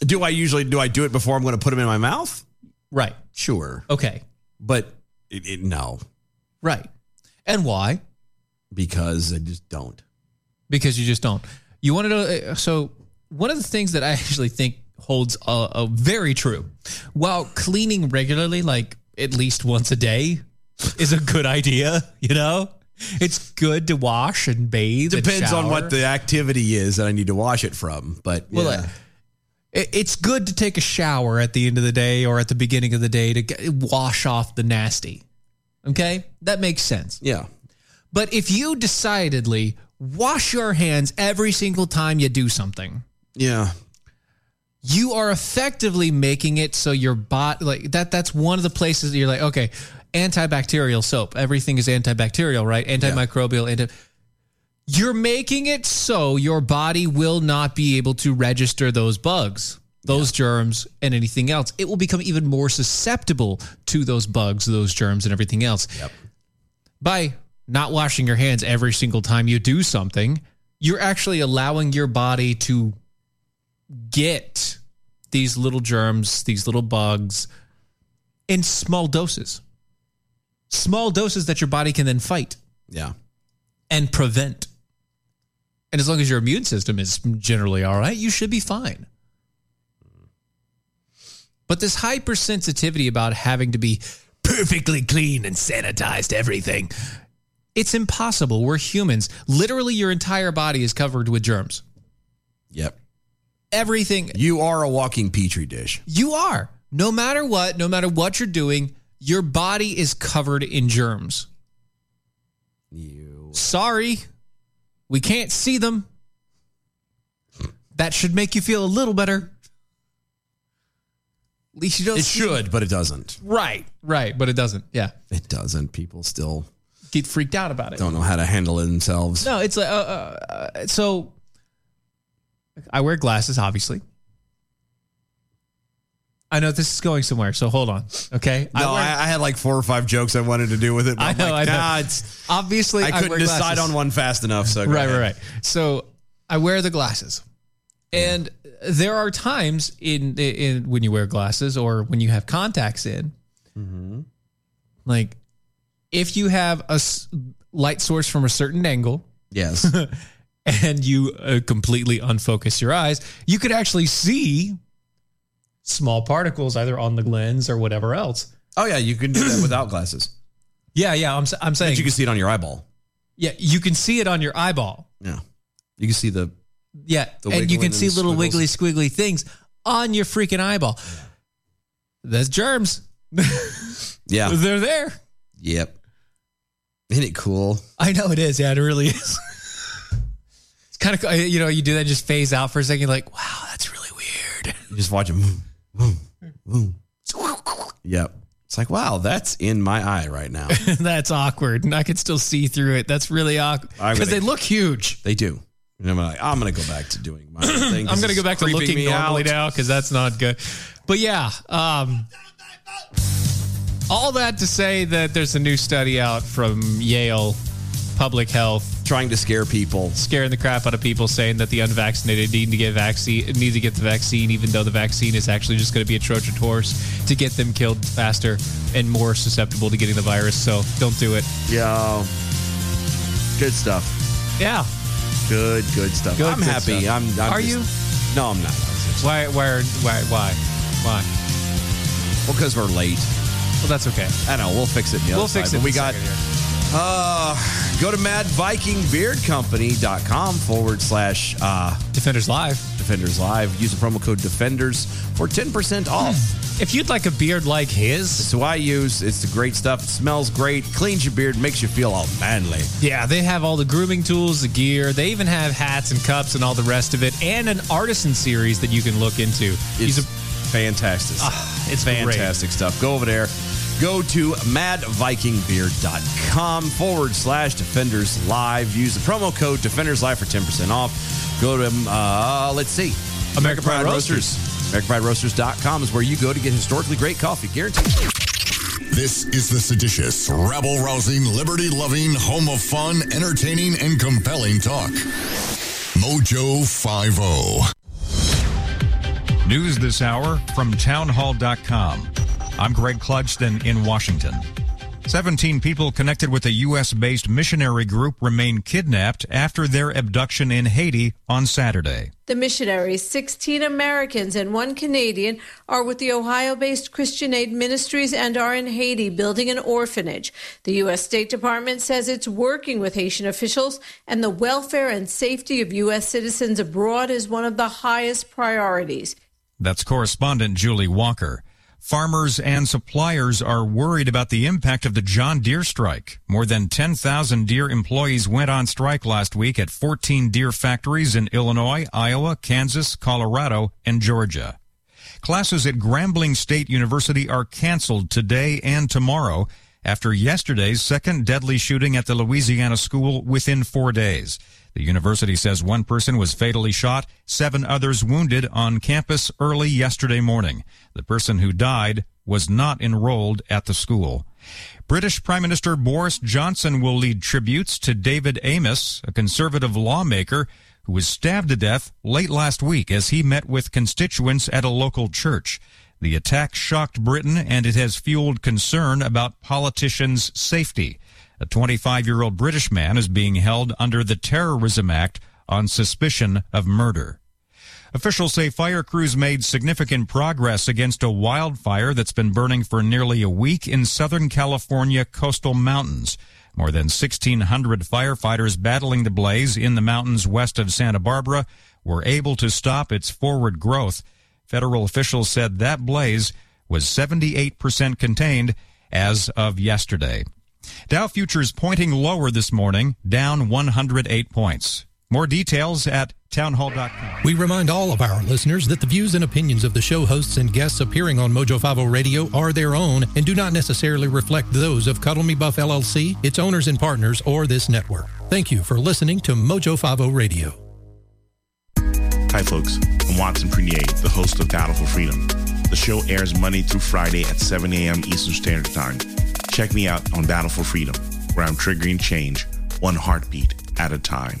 do I usually do I do it before I'm gonna put them in my mouth? right, Sure, okay, but it, it, no, right. And why? because I just don't. because you just don't. You want to know. uh, So one of the things that I actually think holds a, a very true, while cleaning regularly, like at least once a day, is a good idea. You know, it's good to wash and bathe. and Depends on shower. what the activity is that I need to wash it from. But Well, yeah. uh, it- it's good to take a shower at the end of the day or at the beginning of the day to g- wash off the nasty. Okay, that makes sense. yeah. But if you decidedly wash your hands every single time you do something, Yeah. you are effectively making it so your bot like that that's one of the places that you're like okay antibacterial soap everything is antibacterial right antimicrobial anti you're making it so your body will not be able to register those bugs those germs and anything else it will become even more susceptible to those bugs those germs and everything else yep. by not washing your hands every single time you do something you're actually allowing your body to get these little germs, these little bugs in small doses. Small doses that your body can then fight Yeah. and prevent. And as long as your immune system is generally all right, you should be fine. But this hypersensitivity about having to be perfectly clean and sanitized everything, it's impossible. We're humans. Literally, your entire body is covered with germs. Yep. Everything, You are a walking petri dish. You are. No matter what, no matter what you're doing, your body is covered in germs. You. Sorry, we can't see them. That should make you feel a little better. At least you don't. It see- should, but it doesn't. Right, right, but it doesn't. Yeah, It doesn't. People still get freaked out about it. don't know how to handle it themselves. No, it's like uh, uh, uh, so. I wear glasses, obviously. I know this is going somewhere, so hold on. Okay, No, wear- I, I had like four or five jokes I wanted to do with it. But I I know, know. Like, I know. Nah, it's, obviously Oh I couldn't wear decide glasses. on one fast enough. So go right, ahead. right, right. So I wear the glasses, and there are times in, in when you wear glasses or when you have contacts in, Mm-hmm. like if you have a s- light source from a certain angle Yes. and you uh, completely unfocus your eyes, you could actually see small particles either on the lens or whatever else. oh yeah, you can do that without glasses. Yeah, yeah. I'm s- I'm saying But you can see it on your eyeball. yeah, you can see it on your eyeball. Yeah. You can see the. Yeah, The and you wiggling can and see the little wiggly squiggles. squiggly things on your freaking eyeball. That's germs. Yeah. They're there. yep. Isn't it cool? I know it is. Yeah, it really is. it's kind of you know you do that and just phase out for a second. You're like, wow, that's really weird. You just watch it. Boom, boom, boom. Yep. It's like wow, that's in my eye right now. that's awkward, and I can still see through it. That's really awkward I'm because gonna- they look huge. They do. And I'm like, I'm gonna go back to doing my own thing. I'm This gonna is go back to creeping looking me normally out. now because that's not good. But yeah, um, All that to say that there's a new study out from Yale Public Health trying to scare people. scaring the crap out of people, saying that the unvaccinated need to get vaccine, need to get the vaccine, even though the vaccine is actually just going to be a Trojan horse to get them killed faster and more susceptible to getting the virus. So don't do it. Yo, good stuff. Yeah. Good, good stuff. Good, I'm good happy. stuff. I'm, I'm. Are just- No, I'm not. Why? Why? Are, why? Why? Why? Well, because we're late. Well, that's okay. I know. We'll fix it. in The We'll other fix side, it. but We in a got. second here. Uh, go to madvikingbeardcompany.com forward slash uh, Defenders Live. Defenders Live. Use the promo code Defenders for 10% off. If you'd like a beard like his, So I use it's the great stuff. It smells great, cleans your beard, makes you feel all manly. yeah, they have all the grooming tools, the gear. They even have hats and cups and all the rest of it, and an artisan series that you can look into. It's He's a Ah, fantastic. it's great. fantastic stuff. Go over there. Go to madvikingbeard.com forward slash defenders live. Use the promo code defenders live for 10% off. Go to, uh, let's see, American Pride AmericanPrideRoasters. AmericanPrideRoasters.com is where you go to get historically great coffee. Guaranteed. This is the seditious, rabble rousing, liberty loving, home of fun, entertaining, and compelling talk. Mojo oh. 50. News this hour from townhall.com. I'm Greg Clugston in Washington. 17 people connected with a U.S. based missionary group remain kidnapped after their abduction in Haiti on Saturday. The missionaries, 16 Americans and one Canadian, are with the Ohio based Christian Aid Ministries and are in Haiti building an orphanage. The U.S. State Department says it's working with Haitian officials, and the welfare and safety of U.S. citizens abroad is one of the highest priorities. That's correspondent Julie Walker. Farmers and suppliers are worried about the impact of the John Deere strike. More than 10,000 Deere employees went on strike last week at 14 Deere factories in Illinois, Iowa, Kansas, Colorado, and Georgia. Classes at Grambling State University are canceled today and tomorrow after yesterday's second deadly shooting at the Louisiana school within four days. The university says one person was fatally shot, seven others wounded on campus early yesterday morning. The person who died was not enrolled at the school. British Prime Minister Boris Johnson will lead tributes to David Amos, a conservative lawmaker who was stabbed to death late last week as he met with constituents at a local church. The attack shocked Britain and it has fueled concern about politicians' safety. A 25 year old British man is being held under the Terrorism Act on suspicion of murder. Officials say fire crews made significant progress against a wildfire that's been burning for nearly a week in Southern California coastal mountains. More than 1,600 firefighters battling the blaze in the mountains west of Santa Barbara were able to stop its forward growth. Federal officials said that blaze was 78% contained as of yesterday. Dow futures pointing lower this morning, down 108 points. More details at townhall.com. We remind all of our listeners that the views and opinions of the show hosts and guests appearing on Mojo 50 Radio are their own and do not necessarily reflect those of Cuddle Me Buff LLC, its owners and partners, or this network. Thank you for listening to Mojo 50 Radio. Hi, folks. I'm Watson Prenier, the host of Battle for Freedom. The show airs Monday through Friday at 7 a.m. Eastern Standard Time. Check me out on Battle for Freedom, where I'm triggering change one heartbeat at a time.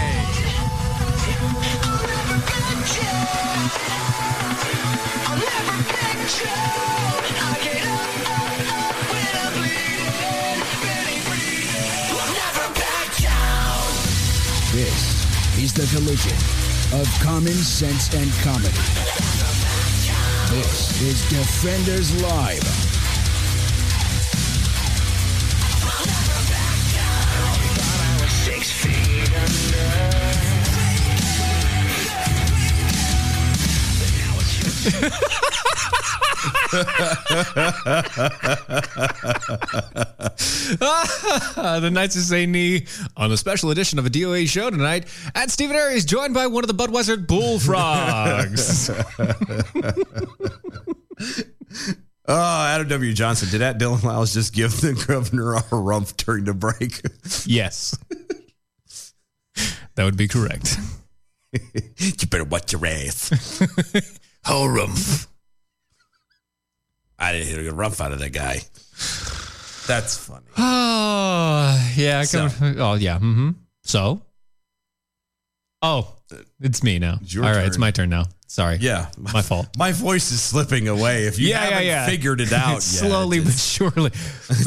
This is the collision of common sense and comedy. This is Defenders Live. the Knights of St. Nee on a special edition of a DOA show tonight. And Stephen Aries joined by one of the Budweiser Bullfrogs. Oh, Adam W. Johnson. Did that Dylan Lyles just give the governor a rump during the break? Yes. that would be correct. you better watch your ass. Whole rump. I didn't hear a rump out of that guy. That's funny. oh, yeah. I So. can- oh, yeah. hmm So? Oh, it's me now. your All right, it's turn. my turn now. Sorry. Yeah. My fault. My voice is slipping away. If you haven't figured it out yet, Slowly but surely.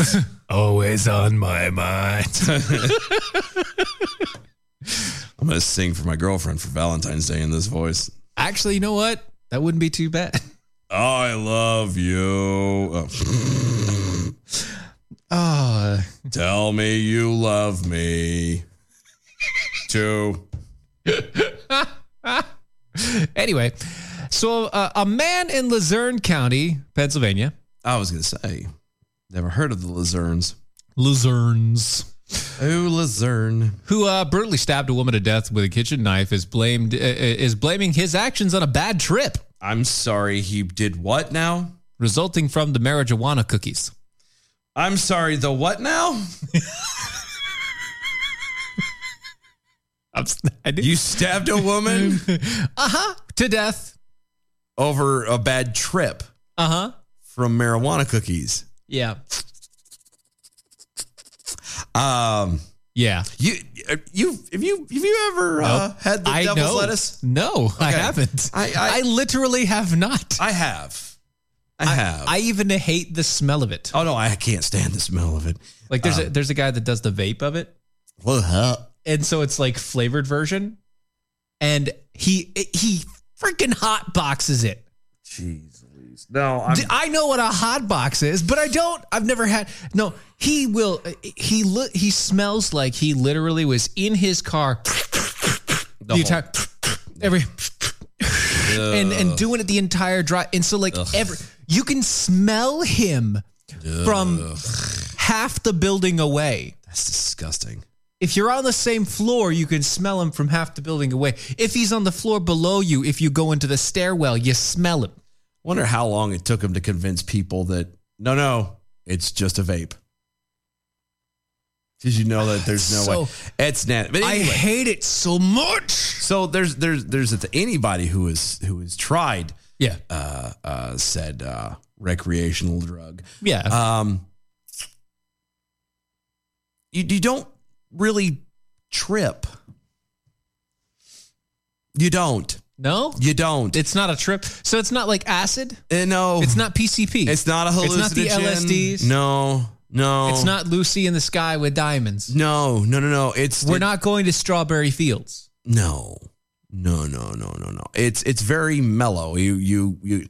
Always on my mind. I'm gonna sing for my girlfriend for Valentine's Day in this voice. Actually, you know what? That wouldn't be too bad. I love you. Oh. Oh, Tell me you love me. Two. anyway, so uh, a man in Luzerne County, Pennsylvania. I was going to say, never heard of the Luzernes. Luzernes. Oh, Luzerne. Who uh, brutally stabbed a woman to death with a kitchen knife is blamed uh, is blaming his actions on a bad trip. I'm sorry, he did what now? Resulting from the marijuana cookies. I'm sorry, the what now? I'm, you stabbed a woman Uh-huh. To death. over a bad trip Uh-huh. from marijuana cookies. Yeah. Um, yeah. You, uh, you, have you, have you ever uh, Nope. had the I devil's know. lettuce? No, I Okay. haven't. I- I- literally have not. I have. I, have. I even hate the smell of it. oh um, no, I can't stand the smell of it. Like there's a, there's a guy that does the vape of it. and so it's like flavored version and he he freaking hot boxes it Jeez Louise. No, I'm, D- i know what a hot box is but i don't i've never had no he will he look he smells like he literally was in his car the, whole- entire every and and doing it the entire drive and so like every you can smell him from half the building away that's disgusting. if you're on the same floor, you can smell him from half the building away. If he's on the floor below you, if you go into the stairwell, you smell him. Wonder how long it took him to convince people that no, no, it's just a vape. Did you know that there's no way? So- It's not. But I anyway, hate it so much. so there's there's there's a- anybody who is who has tried Yeah. uh, uh, said uh, recreational drug. Yeah. Um, you you don't really trip. You don't. no? You don't. It's not a trip. So it's not like acid. Uh, no. It's not PCP. It's not a It's not the hallucinogen. LSDs. No. No. It's not Lucy in the sky with diamonds. No, no, no, no. It's We're it- not going to strawberry fields. No, no, no, no, no, no. It's it's very mellow. You you you.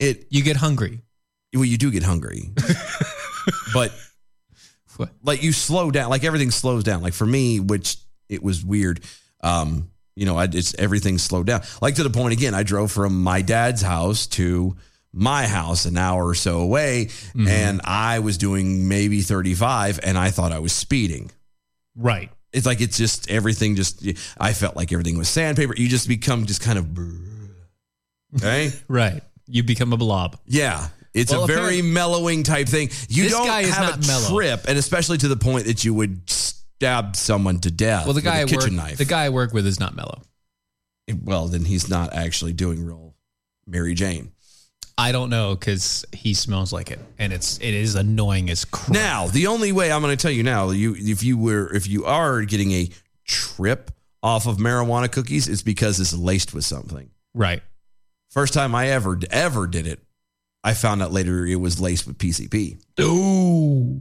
It You get hungry. well, you do get hungry, but What? like you slow down. Like everything slows down. Like for me, which it was weird. Um, you know, I it's everything slowed down. Like to the point again. I drove from my dad's house to my house an hour or so away and i was doing maybe 35 and i thought i was speeding Right. it's like it's just everything just i felt like everything was sandpaper you just become just kind of okay Right. you become a blob. Yeah. It's Well, a very apparent- mellowing type thing. You This don't guy is have not a mellow. trip, and especially to the point that you would stab someone to death. Well, the with guy I a kitchen work, knife. the guy I work with is not mellow. well, then he's not actually doing real Mary Jane. I don't know because he smells like it, and it's it is annoying as crap. Now, the only way I'm going to tell you now, you if you were if you are getting a trip off of marijuana cookies, it's because it's laced with something. Right. First time I ever ever did it, I found out later it was laced with PCP. Ooh.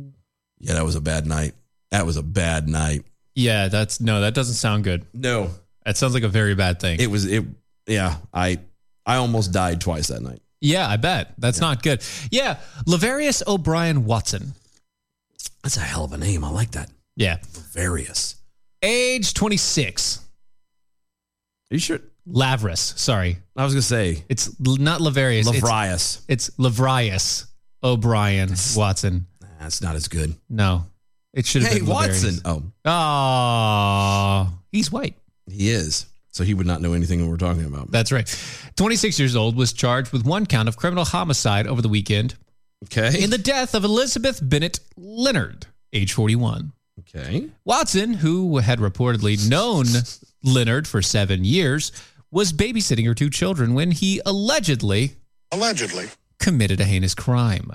Yeah, that was a bad night. That was a bad night. Yeah, that's no, that doesn't sound good. No, that sounds like a very bad thing. It was it. Yeah, I I almost died twice that night. Yeah, I bet that's not good. Yeah, Lavarius O'Brien Watson. That's a hell of a name. I like that. Yeah, Various. age twenty six. Are you sure? Lavris. Sorry, I was gonna say it's l- not Lavarius. it's- Lavrius. It's, Lavrius O'Brien Watson. That's not as good. No, it should have Hey, been Watson. Lavarius. Oh, Oh, he's white. he is. So he would not know anything we're talking about. That's right. 26 years old was charged with one count of criminal homicide over the weekend. Okay. In the death of Elizabeth Bennett Leonard, age 41. Okay. Watson, who had reportedly known Leonard for seven years, was babysitting her two children when he allegedly Allegedly. committed a heinous crime.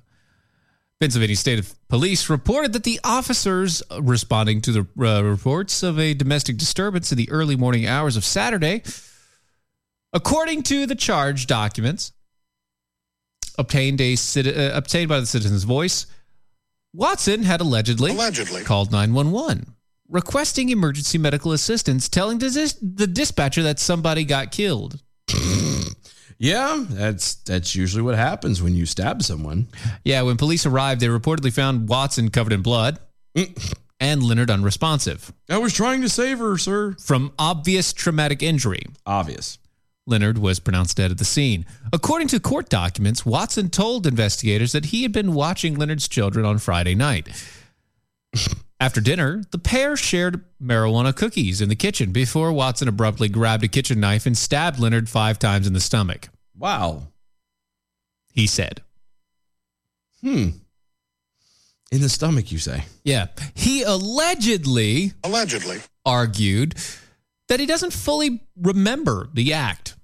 Pennsylvania State of Police reported that the officers uh, responding to the uh, reports of a domestic disturbance in the early morning hours of Saturday, according to the charge documents obtained a citi- uh, obtained by the Citizen's Voice, Watson had allegedly Allegedly. called 911 requesting emergency medical assistance, telling the dis- the dispatcher that somebody got killed. Yeah, that's that's usually what happens when you stab someone. Yeah, when police arrived, they reportedly found Watson covered in blood and Leonard unresponsive. I was trying to save her, sir. From obvious traumatic injury. Obvious. Leonard was pronounced dead at the scene. According to court documents, Watson told investigators that he had been watching Leonard's children on Friday night. After dinner, the pair shared marijuana cookies in the kitchen before Watson abruptly grabbed a kitchen knife and stabbed Leonard five times in the stomach, Wow. he said. Hmm. In the stomach, you say? Yeah. He allegedly Allegedly. argued that he doesn't fully remember the act,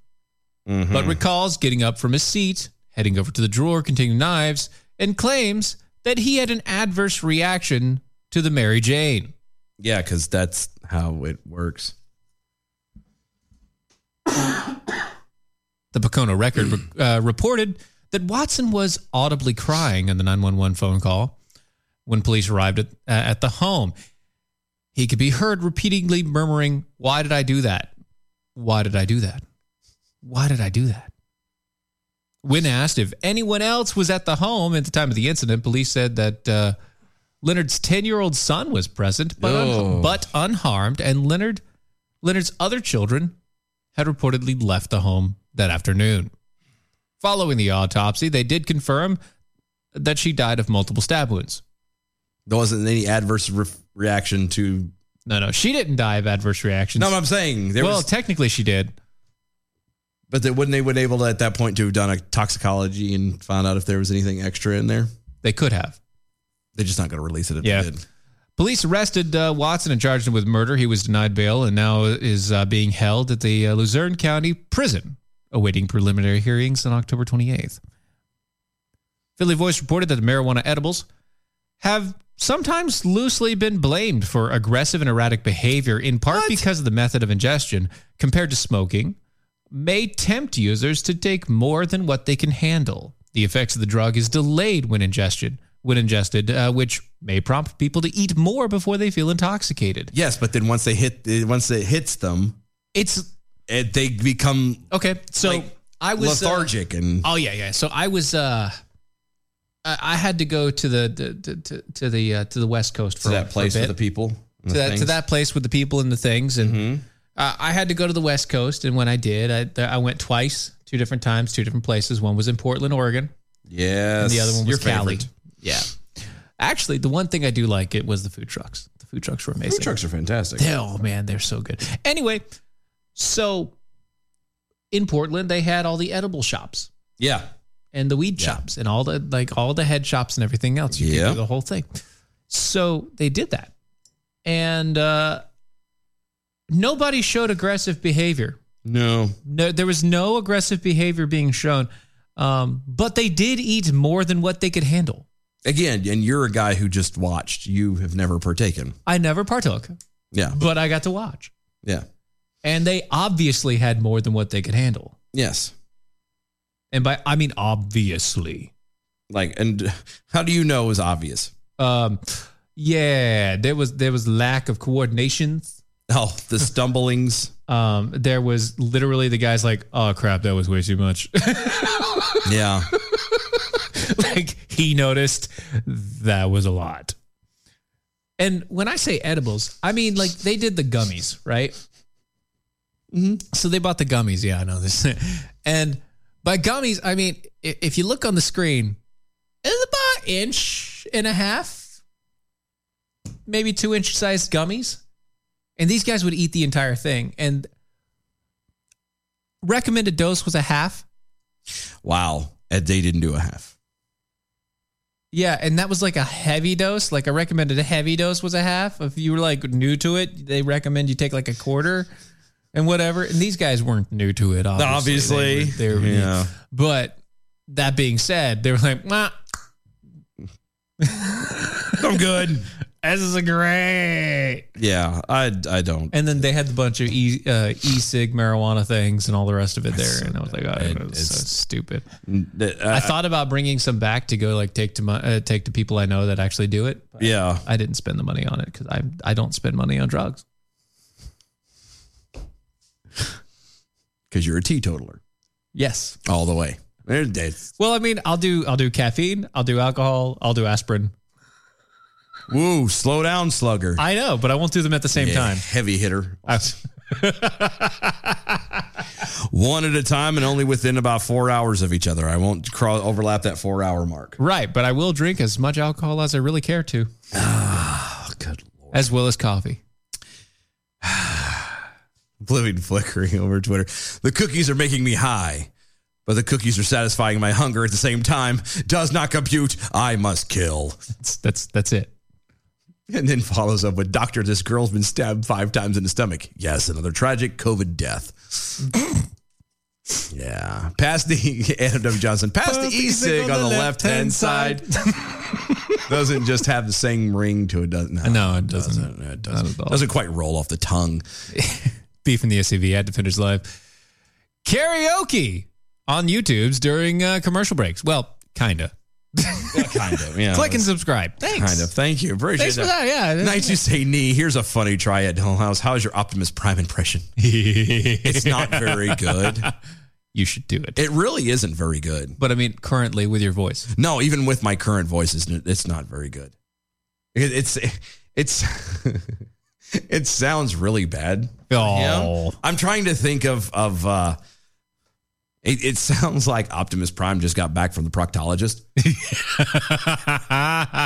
but recalls getting up from his seat, heading over to the drawer containing knives, and claims that he had an adverse reaction to the Mary Jane. Yeah, because that's how it works. The Pocono Record uh, reported that Watson was audibly crying on the 911 phone call when police arrived at, uh, at the home. He could be heard repeatedly murmuring, Why did I do that? Why did I do that? Why did I do that? When asked if anyone else was at the home at the time of the incident, police said that uh, Leonard's 10 year old son was present, but, un- Oh. but unharmed, and Leonard Leonard's other children had reportedly left the home that afternoon. Following the autopsy, they did confirm that she died of multiple stab wounds. There wasn't any adverse re- reaction to. No, no, she didn't die of adverse reactions. No, I'm saying there well, was, technically she did. but they, wouldn't they would able to at that point to have done a toxicology and found out if there was anything extra in there? They could have. They're just not going to release it if Yeah. they did. Police arrested uh, Watson and charged him with murder. He was denied bail and now is uh, being held at the uh, Luzerne County Prison, awaiting preliminary hearings on October 28th. Philly Voice reported that the marijuana edibles have sometimes loosely been blamed for aggressive and erratic behavior, in part because of the method of ingestion compared to smoking, may tempt users to take more than what they can handle. The effects of the drug is delayed when ingestion when ingested, uh, which may prompt people to eat more before they feel intoxicated. Yes, but then once they hit, once it hits them, it's it, they become Okay, so I was uh, lethargic and Oh yeah, yeah. So I was uh I I had to go to the, the to, to the uh, to the West Coast for to that for a place with bit. the people. and to the that to things. Mm-hmm. that place with the people and the things and uh, I had to go to the West Coast and when I did I th- I went twice, two different times, two different places. One was in Portland, Oregon, Yes, and the other one was your Cali. favorite. Yeah. Actually, the one thing I do like it was the food trucks. The food trucks were amazing. Food trucks are fantastic. They- oh man, they're so good. Anyway, so in Portland they had all the edible shops. Yeah, and the weed shops and all the like all the head shops and everything else. You Yeah. could do the whole thing. So they did that, and uh, nobody showed aggressive behavior. No, no, there was no aggressive behavior being shown. Um, but they did eat more than what they could handle. Again, and you're a guy who just watched. You have never partaken. I never partook, Yeah. but I got to watch, Yeah. and they obviously had more than what they could handle. Yes. And by I mean obviously. Like and how do you know it was obvious? Um, yeah, there was there was lack of coordinations. Oh, the stumblings. um, there was literally the guys like, oh crap, that was way too much. yeah, like he noticed that was a lot. And when I say edibles, I mean like they did the gummies, right? So they bought the gummies. Yeah, I know this. and by gummies, I mean i- if you look on the screen, it's about inch and a half, maybe two inch sized gummies. And these guys would eat the entire thing. And recommended dose was a half. Wow. And they didn't do a half. Yeah, and that was like a heavy dose. Like I recommended a heavy dose was a half. If you were like new to it, they recommend you take like a quarter and whatever. And these guys weren't new to it, obviously. Obviously. They were, they were- Yeah. But that being said, they were like, "Mwah." I'm good. this is great. Yeah, I I don't. And then they had a bunch of e uh, e-cig marijuana things and all the rest of it there. and I was like, oh, it was so stupid. uh, I thought about bringing some back to go like take to my uh, take to people I know that actually do it. but Yeah. I didn't spend the money on it because I I don't spend money on drugs. because you're a teetotaler Yes. all the way. There- that's- Well, I mean, I'll do I'll do caffeine, I'll do alcohol, I'll do aspirin. Woo! Slow down, slugger. I know, but I won't do them at the same Yeah, time. Heavy hitter. One at a time and only within about four hours of each other. I won't crawl, overlap that four hour mark. Right, but I will drink as much alcohol as I really care to. Oh, As well as coffee. Oblivion flickering over Twitter. The cookies are making me high, but the cookies are satisfying my hunger at the same time. Does not compute. I must kill. That's that's, that's it. And then follows up with Doctor, this girl's been stabbed five times in the stomach. Yes, another tragic COVID death. yeah. Past the Adam W. Johnson, past the e cig on the left hand side. doesn't just have the same ring to it, doesn't No, it doesn't. It doesn't. doesn't quite roll off the tongue. Beef in the SUV at Defenders Live. Karaoke on YouTube's during uh, commercial breaks. Well, kind of. kind of. Yeah. Click and subscribe. Thanks. Kind of. Thank you. Appreciate Thanks for that, yeah. Nice you say knee. Here's a funny try at Hill House. How's your Optimus Prime impression? it's not very good. You should do it. It really isn't very good. But I mean, currently with your voice. No, even with my current voice, it's n- it's not very good. It, it's it's it sounds really bad. Oh. I'm trying to think of of. uh it, it sounds like Optimus Prime just got back from the proctologist.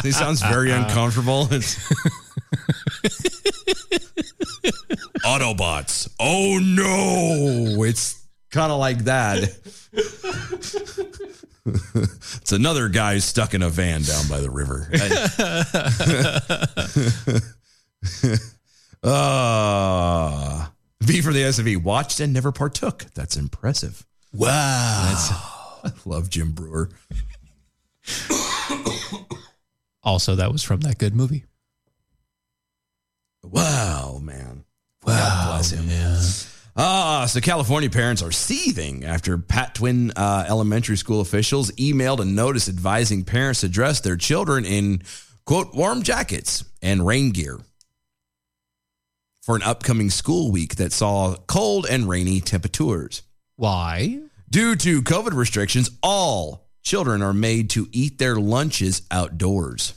he sounds very uncomfortable. It's- Autobots. Oh no! It's kind of like that. it's another guy stuck in a van down by the river. uh, V for the SUV. Watched and never partook. That's impressive. Wow. I love Jim Brewer. Also, that was from that good movie. Wow, man. Wow, God bless him. Ah, so California parents are seething after Patwin uh, Elementary School officials emailed a notice advising parents to dress their children in quote warm jackets and rain gear for an upcoming school week that saw cold and rainy temperatures. Why? Due to COVID restrictions, all children are made to eat their lunches outdoors.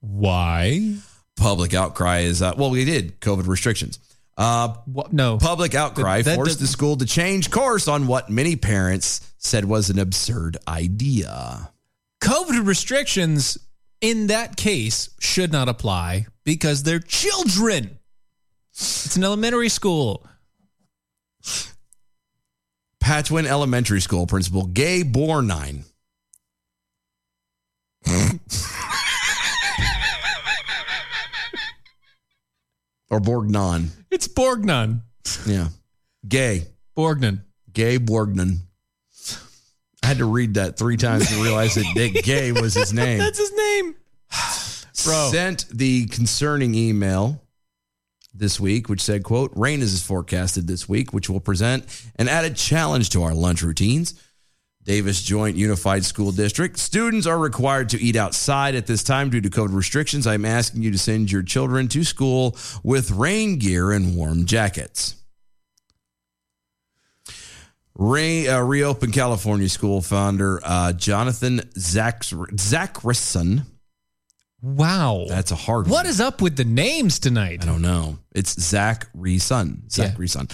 Why? Public outcry is uh, well, we did COVID restrictions. Uh, no public outcry That- that forced does- the school to change course on what many parents said was an absurd idea. COVID restrictions in that case should not apply because they're children. It's an elementary school. Patwin Elementary School principal Gay Bornine or Borgnon. It's Borgnon. Yeah. Gay. Borgnon. Gay Borgnon. I had to read that three times to realize that Dick Gay was his name. That's his name. Bro. Sent the concerning email this week, which said, quote, rain is forecasted this week, which will present an added challenge to our lunch routines. Davis Joint Unified School District. Students are required to eat outside at this time due to COVID restrictions. I'm asking you to send your children to school with rain gear and warm jackets. Re, uh, reopen California school founder uh, Jonathan Zachs- Zachrison. Wow. That's a hard What is up with the names tonight? I don't know. It's Zach Reeson. Zach Reeson.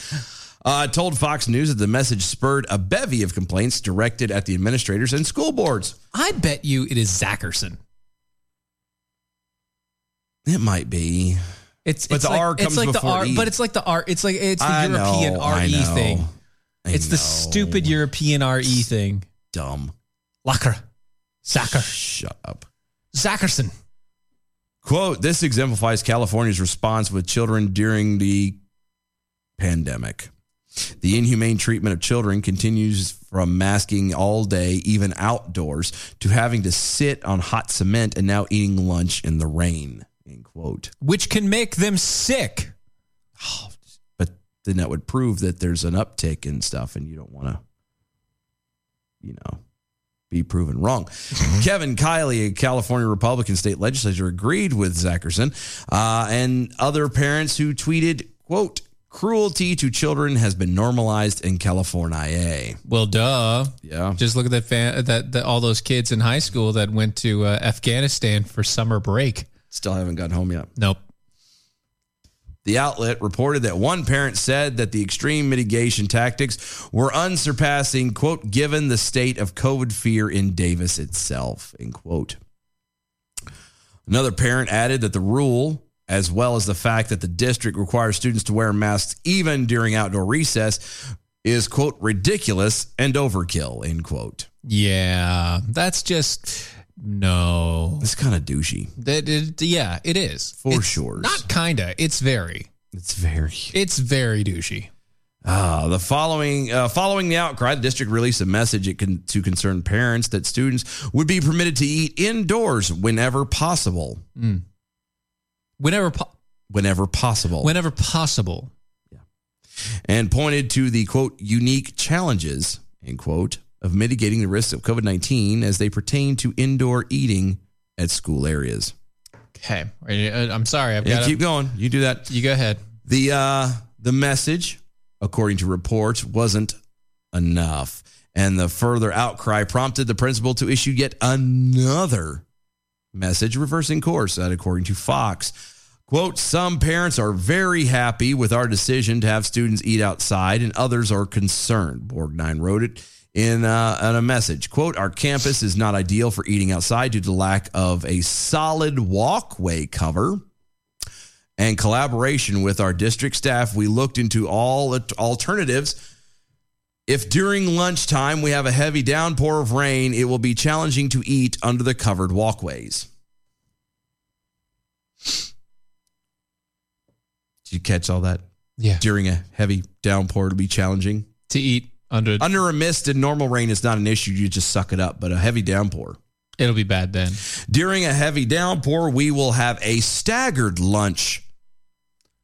Uh, told Fox News that the message spurred a bevy of complaints directed at the administrators and school boards. I bet you it is Zacherson. It might be. It's But it's the like, R it's comes like the before R, E. but it's like the R. It's like it's the I European know, I RE know. thing. I it's the stupid European RE thing. Dumb. Locker. Zacher. Shut up. Zacherson. Quote, this exemplifies California's response with children during the pandemic. The inhumane treatment of children continues from masking all day, even outdoors, to having to sit on hot cement and now eating lunch in the rain. End quote. Which can make them sick. But then that would prove that there's an uptick in stuff, and you don't want to, you know, be proven wrong. Kevin Kiley, a California Republican state legislator, agreed with Zacherson uh, and other parents who tweeted, quote, cruelty to children has been normalized in California. Well, duh. Yeah. Just look at that fan, that, that all those kids in high school that went to uh, Afghanistan for summer break. Still haven't gotten home yet. Nope. The outlet reported that one parent said that the extreme mitigation tactics were unsurpassing, quote, given the state of COVID fear in Davis itself, end quote. Another parent added that the rule, as well as the fact that the district requires students to wear masks even during outdoor recess, is, quote, ridiculous and overkill, end quote. Yeah, that's just no. It's kind of douchey. That it, yeah, it is For It's sure. Not kinda. It's very. It's very. It's very douchey. Ah, the following uh, following the outcry, the district released a message it con- to concerned parents that students would be permitted to eat indoors whenever possible. Mm. Whenever po- Whenever possible. whenever possible. and pointed to the quote unique challenges end quote of mitigating the risks of COVID nineteen as they pertain to indoor eating at school areas. Okay, Are you- uh, I'm sorry. I've Yeah, got keep going. You do that. You go ahead. The uh, the message, according to reports, wasn't enough, and the further outcry prompted the principal to issue yet another message, reversing course. That, according to Fox, quote: Some parents are very happy with our decision to have students eat outside, and others are concerned. Borgnine wrote it. In, uh, in a message, quote, our campus is not ideal for eating outside due to lack of a solid walkway cover and collaboration with our district staff, we looked into all at- alternatives. If during lunchtime we have a heavy downpour of rain, it will be challenging to eat under the covered walkways. Did you catch all that? Yeah. During a heavy downpour, it'll be challenging to eat under under a mist and normal rain is not an issue. You just suck it up, but a heavy downpour. It'll be bad then. During a heavy downpour, we will have a staggered lunch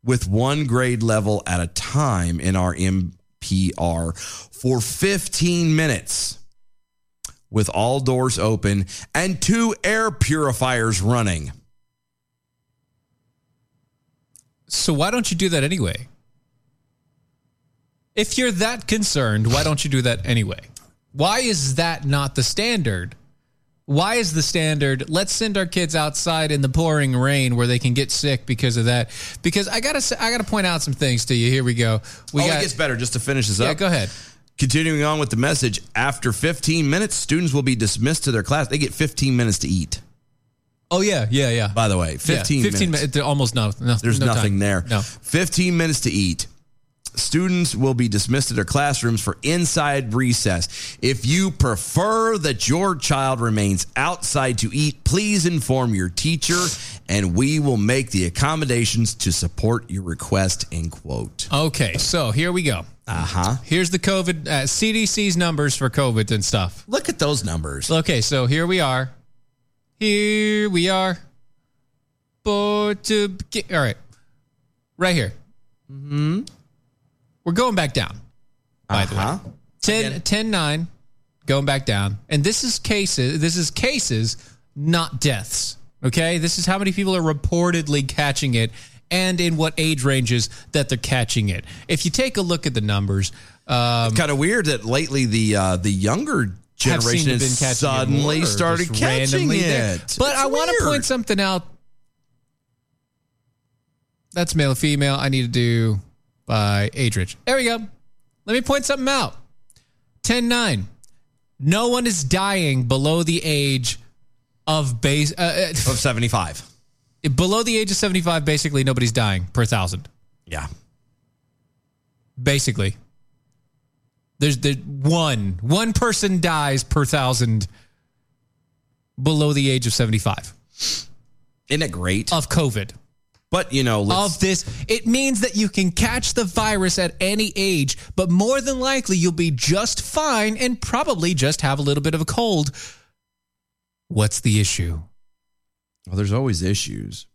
with one grade level at a time in our MPR for 15 minutes with all doors open and two air purifiers running. So why don't you do that anyway? If you're that concerned, why don't you do that anyway? Why is that not the standard? Why is the standard let's send our kids outside in the pouring rain where they can get sick because of that? Because I gotta say, I gotta point out some things to you. Here we go. We oh, got it gets better just to finish this Yeah, up. go ahead. Continuing on with the message, after 15 minutes, students will be dismissed to their class. They get 15 minutes to eat. Oh yeah, yeah, yeah. By the way, 15 15 minutes. minutes. Almost no, no There's no time. nothing there. No. 15 minutes to eat. Students will be dismissed to their classrooms for inside recess. If you prefer that your child remains outside to eat, please inform your teacher and we will make the accommodations to support your request, end quote. Okay, so here we go. Uh huh. Here's the COVID uh, CDC's numbers for COVID and stuff. Look at those numbers. Okay, so here we are. Here we are. But to begin, all right, right here. Hmm. We're going back down. By the way, 10, 10 9, going back down, and this is cases. This is cases, not deaths. Okay, this is how many people are reportedly catching it, and in what age ranges that they're catching it. If you take a look at the numbers, um, kind of weird that lately the uh, the younger have generation seemed to have has been catching it more, suddenly just started catching randomly it. there. But It's I want to weird. point something out. That's male and female. I need to do by age range. There we go. Let me point something out. 10 9. No one is dying below the age of base uh, of 75. Below the age of 75 basically nobody's dying per 1000. Yeah. Basically. There's the one one person dies per 1000 below the age of 75 Isn't it great? of COVID. But you know, let's, of this. It means that you can catch the virus at any age, but more than likely you'll be just fine and probably just have a little bit of a cold. What's the issue? well, there's always issues.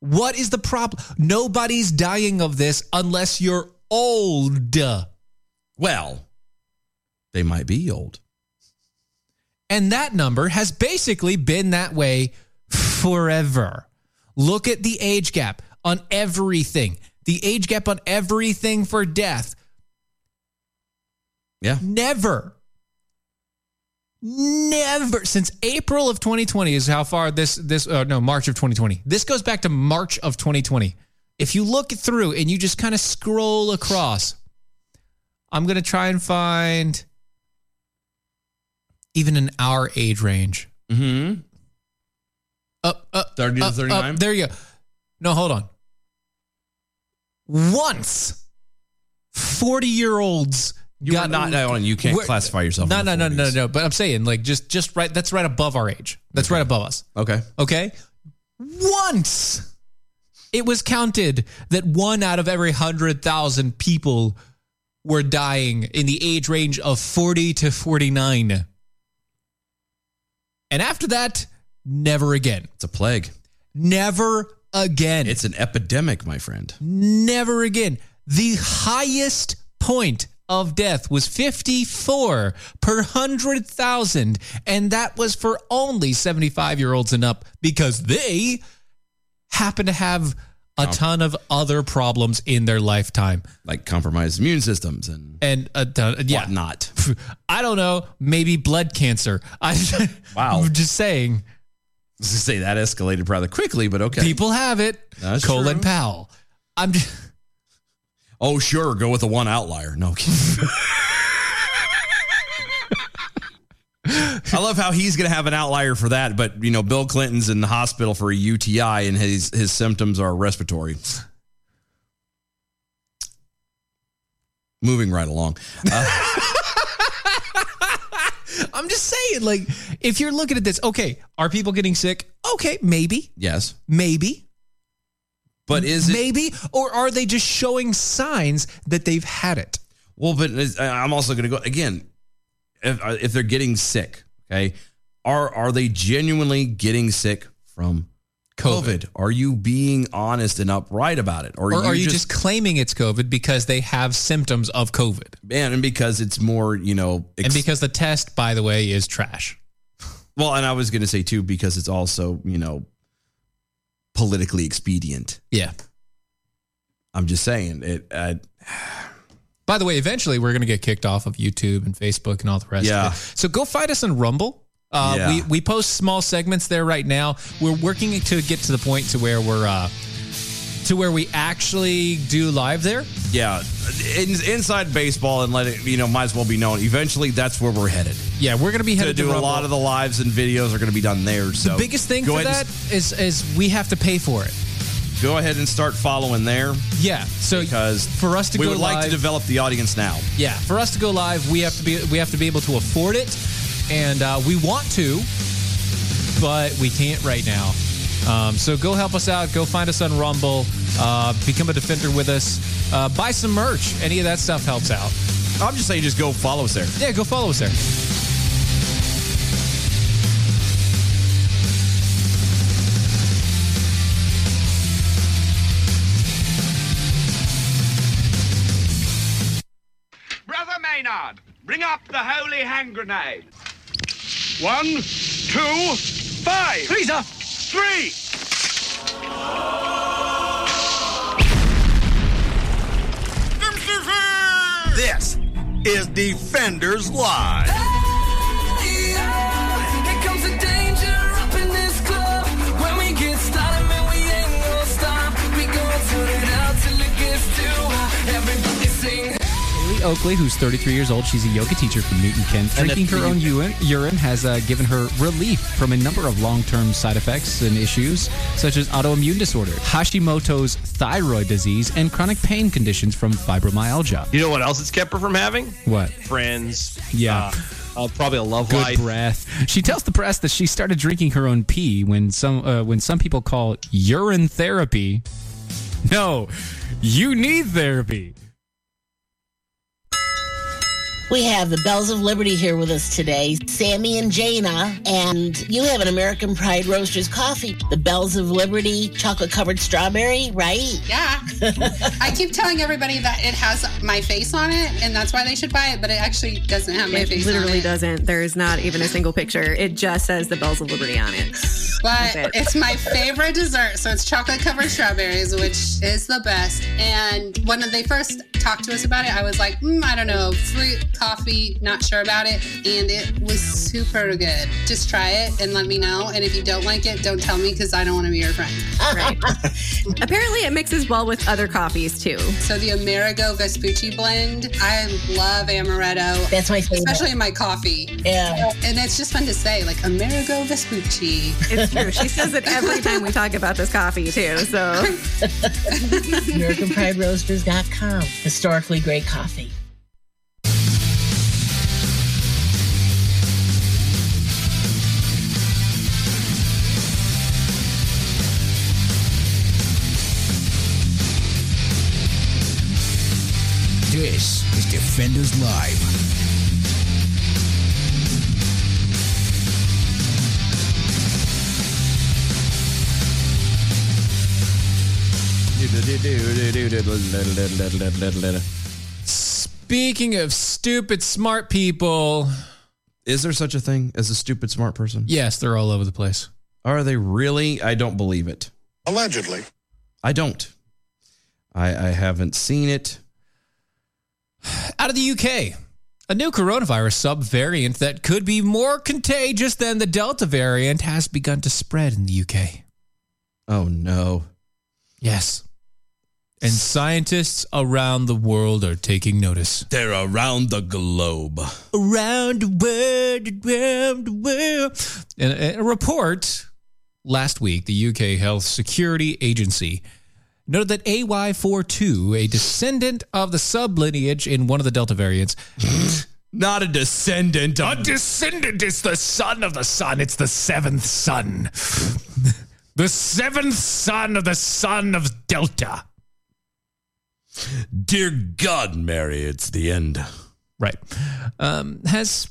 What is the problem? Nobody's dying of this unless you're old. Well, they might be old. And that number has basically been that way forever. Look at the age gap on everything. The age gap on everything for death. Yeah. Never. Never since April of 2020 is how far this this uh, no March of 2020. This goes back to March of 2020. If you look through and you just kind of scroll across, I'm gonna try and find even in our age range. Mm-hmm. Up, up, 30 to up, 39? Up, Uh, there you go. No, hold on. Once, 40 year olds You are not on. You can't classify yourself. No, in the no, no, no, 40s. no. But I'm saying, like, just, just right. That's right above our age. That's right above us. Okay. Okay. Once it was counted that one out of every hundred thousand people were dying in the age range of 40 to 49. And after that, never again. It's a plague. Never again. It's an epidemic, my friend. Never again. The highest point of death was 54 per 100,000. And that was for only 75 year olds and up because they happen to have a ton of other problems in their lifetime. Like compromised immune systems and And a ton, yeah. whatnot. I don't know. Maybe blood cancer. I, Wow. I'm just saying. Let's just say that escalated rather quickly, but okay. People have it. That's Colin true. Powell. I'm just, Oh, sure. Go with the one outlier. No. kidding. I love how he's going to have an outlier for that, but you know, Bill Clinton's in the hospital for a UTI, and his his symptoms are respiratory. Moving right along, I'm just saying, like, if you're looking at this, okay, are people getting sick? Okay, maybe, yes, maybe, but is it maybe, or are they just showing signs that they've had it? Well, but is- I- I'm also going to go again. If, uh, if they're getting sick, okay, are are they genuinely getting sick from COVID? Are you being honest and upright about it, Or, are you just, claiming it's COVID because they have symptoms of COVID? man? And because it's more, you know, and ex- because the test, by the way, is trash. well, and I was going to say too because it's also you know politically expedient. Yeah. I'm just saying it. uh, I, By the way, eventually we're going to get kicked off of YouTube and Facebook and all the rest Yeah. of it. So go find us on Rumble. Uh, Yeah. we, we post small segments there right now. We're working to get to the point to where we're uh, to where we actually do live there. yeah, in, inside baseball and let it you know might as well be known. Eventually, that's where we're headed. Yeah, we're going to be to headed to, do a Rumble. lot of the lives and videos are going to be done there. So biggest thing go for ahead that and is is we have to pay for it. s- go ahead and start following there Yeah. So because for us to we go would like to live- develop the audience now. yeah, for us to go live, we have to be we have to be able to afford it, and uh, we want to, but we can't right now. Um, so go help us out. Go find us on Rumble. Uh, become a defender with us. Uh, buy some merch. Any of that stuff helps out. I'm just saying, just go follow us there. Yeah, go follow us there. Brother Maynard, bring up the holy hand grenade. One, two, five. Please, up. Three. This is Defenders Live. Here comes the danger up in this club. When we get started, man, we ain't gonna stop. We gonna turn it out till it gets too hot. Everybody sing. Haley Oakley, who's 33 years old, she's a yoga teacher from Newton, Kent. And Drinking that's her own urine, urine has uh, given her relief from a number of long-term side effects and issues, such as autoimmune disorder, Hashimoto's thyroid disease, and chronic pain conditions from fibromyalgia. You know what else it's kept her from having? What? Friends. Yeah. Uh, uh, probably a love Good life. breath. She tells the press that she started drinking her own pee when some uh, when some people call urine therapy. No, you need therapy. We have the Bells of Liberty here with us today, Sammy and Jana, and you have an American Pride Roasters coffee. The Bells of Liberty, chocolate covered strawberry, right? Yeah. I keep telling everybody that it has my face on it, and that's why they should buy it, but it actually doesn't have my It face on literally it. doesn't. There is not even a single picture. It just says the Bells of Liberty on it. But it. it's my favorite dessert. So it's chocolate covered strawberries, which is the best. And when they first talked to us about it, I was like, mm, I don't know, fruit, coffee, not sure about it. And it was super good. Just try it and let me know. And if you don't like it, don't tell me because I don't want to be your friend. Right. Apparently, it mixes well with other coffees too. So the Amerigo Vespucci blend, I love amaretto. That's my favorite. Especially in my coffee. Yeah. And it's just fun to say, like Amerigo Vespucci. It's true. She says it every time we talk about this coffee too. So AmericanPrideRoasters.com. Historically great coffee. This is Defenders Live. Speaking of stupid smart people, Is there such a thing as a stupid smart person? Yes, they're all over the place. Are they really? I don't believe it. Allegedly. I don't. I, I haven't seen it. out of the UK, a new coronavirus subvariant that could be more contagious than the Delta variant has begun to spread in the UK. Oh no. Yes. And scientists around the world are taking notice. They're around the globe. Around the world, around the world. In a in a report last week, the UK Health Security Agency noted that AY42, a descendant of the sublineage in one of the Delta variants, not a descendant. A descendant is the son of the sun. It's the seventh son. the seventh son of the son of Delta. Dear God, Mary, it's the end. Right. Um, has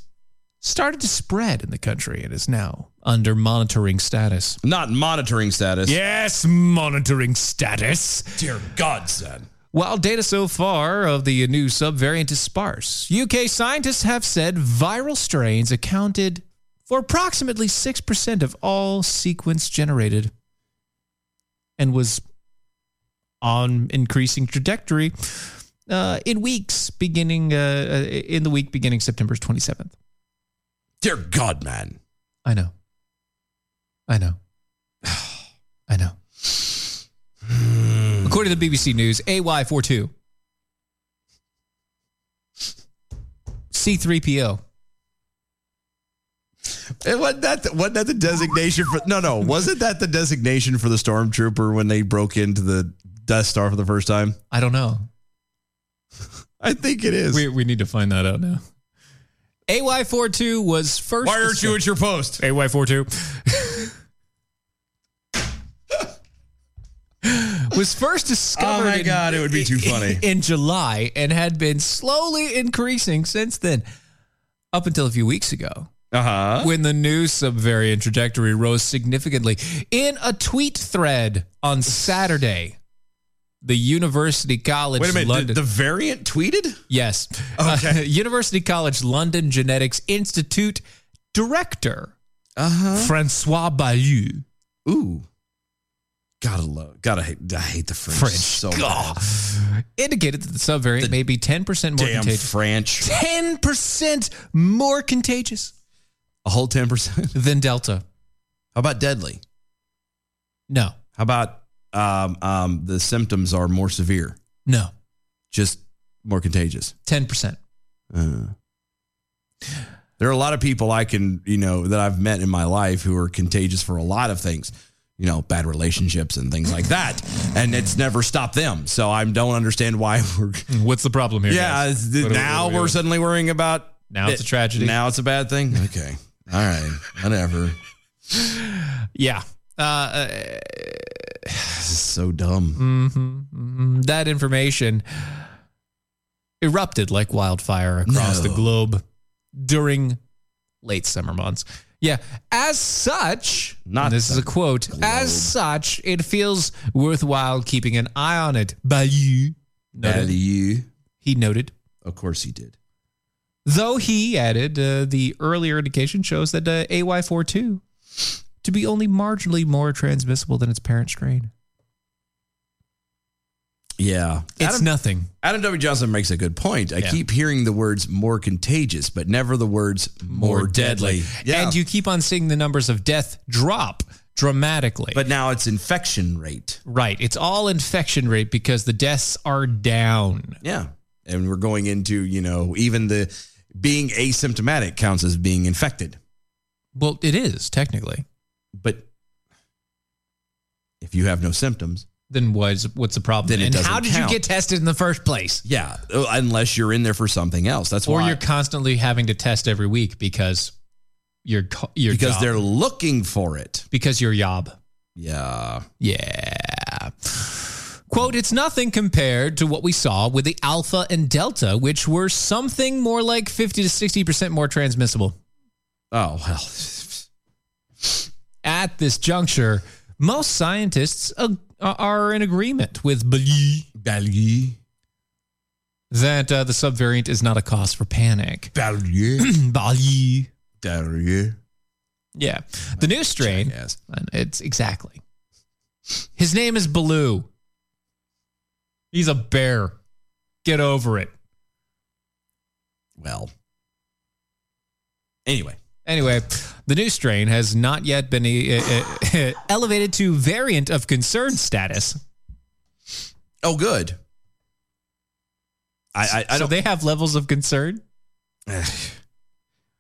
started to spread in the country and is now under monitoring status. Not monitoring status. Yes, monitoring status. Dear God, son. While data so far of the new subvariant is sparse, UK scientists have said viral strains accounted for approximately 6% of all sequence generated and was on increasing trajectory uh, in weeks beginning uh, uh, in the week beginning September 27th. Dear God, man. I know. I know. I know. According to the BBC News, AY42, C3PO. It wasn't that wasn't that the designation for no no wasn't that the designation for the stormtrooper when they broke into the Death Star for the first time? I don't know. I think it is. We, we need to find that out now. AY42 was first. Why aren't you at your post? AY42. was first discovered. Oh my in- God, it would be too funny. In July and had been slowly increasing since then, up until a few weeks ago. Uh-huh. When the new subvariant trajectory rose significantly. In a tweet thread on Saturday, the University College Wait a minute, London. did the variant tweeted? Yes. Okay. University College London Genetics Institute director, Uh-huh. Francois Bayou. Ooh. Gotta love, gotta hate, I hate the French, French. so Gah. bad. Indicated that the subvariant may be 10% more damn contagious. French. 10% more contagious. A whole 10%? Than Delta. How about deadly? No. How about um, um, the symptoms are more severe? No. Just more contagious? 10%. Uh, there are a lot of people I can, you know, that I've met in my life who are contagious for a lot of things, you know, bad relationships and things like that. And it's never stopped them. So I don't understand why we're. What's the problem here? Yeah. guys? it's- What are- now what are we we're doing? suddenly worrying about. Now it's a tragedy. Mm. Now it's a bad thing. Okay. All right. Whatever. Yeah. Uh, uh, This is so dumb. mhm, mhm. That information erupted like wildfire across No. the globe during late summer months. Yeah. As such, and this is a quote. As such, it feels worthwhile keeping an eye on it. Bayou. noted. Bayou. He noted. Of course he did. Though he added, uh, the earlier indication shows that uh, AY42 to be only marginally more transmissible than its parent strain. Yeah. It's nothing. Adam W. Johnson makes a good point. I Yeah. keep hearing the words more contagious, but never the words more, deadly. And you keep on seeing the numbers of death drop dramatically. But now it's infection rate. Right. It's all infection rate because the deaths are down. Yeah. And we're going into, you know, even the being asymptomatic counts as being infected. Well, it is technically. But if you have no symptoms, then what's what's the problem? Then it and doesn't how did count. you get tested in the first place? Yeah, unless you're in there for something else. That's or why. you're constantly having to test every week because your co- your because job. they're looking for it. because your yob. Yeah. Yeah. Quote, it's nothing compared to what we saw with the Alpha and Delta, which were something more like 50 to 60% more transmissible. Oh, well. At this juncture, most scientists ag- are in agreement with Bali that uh, the subvariant is not a cause for panic. Bali. Bali. Bali. Yeah. The new strain. and It's exactly. His name is Baloo. He's a bear. Get over it. Well. Anyway. Anyway, the new strain has not yet been uh, uh, elevated to variant of concern status. Oh, good. I, I, I so don't. they have levels of concern.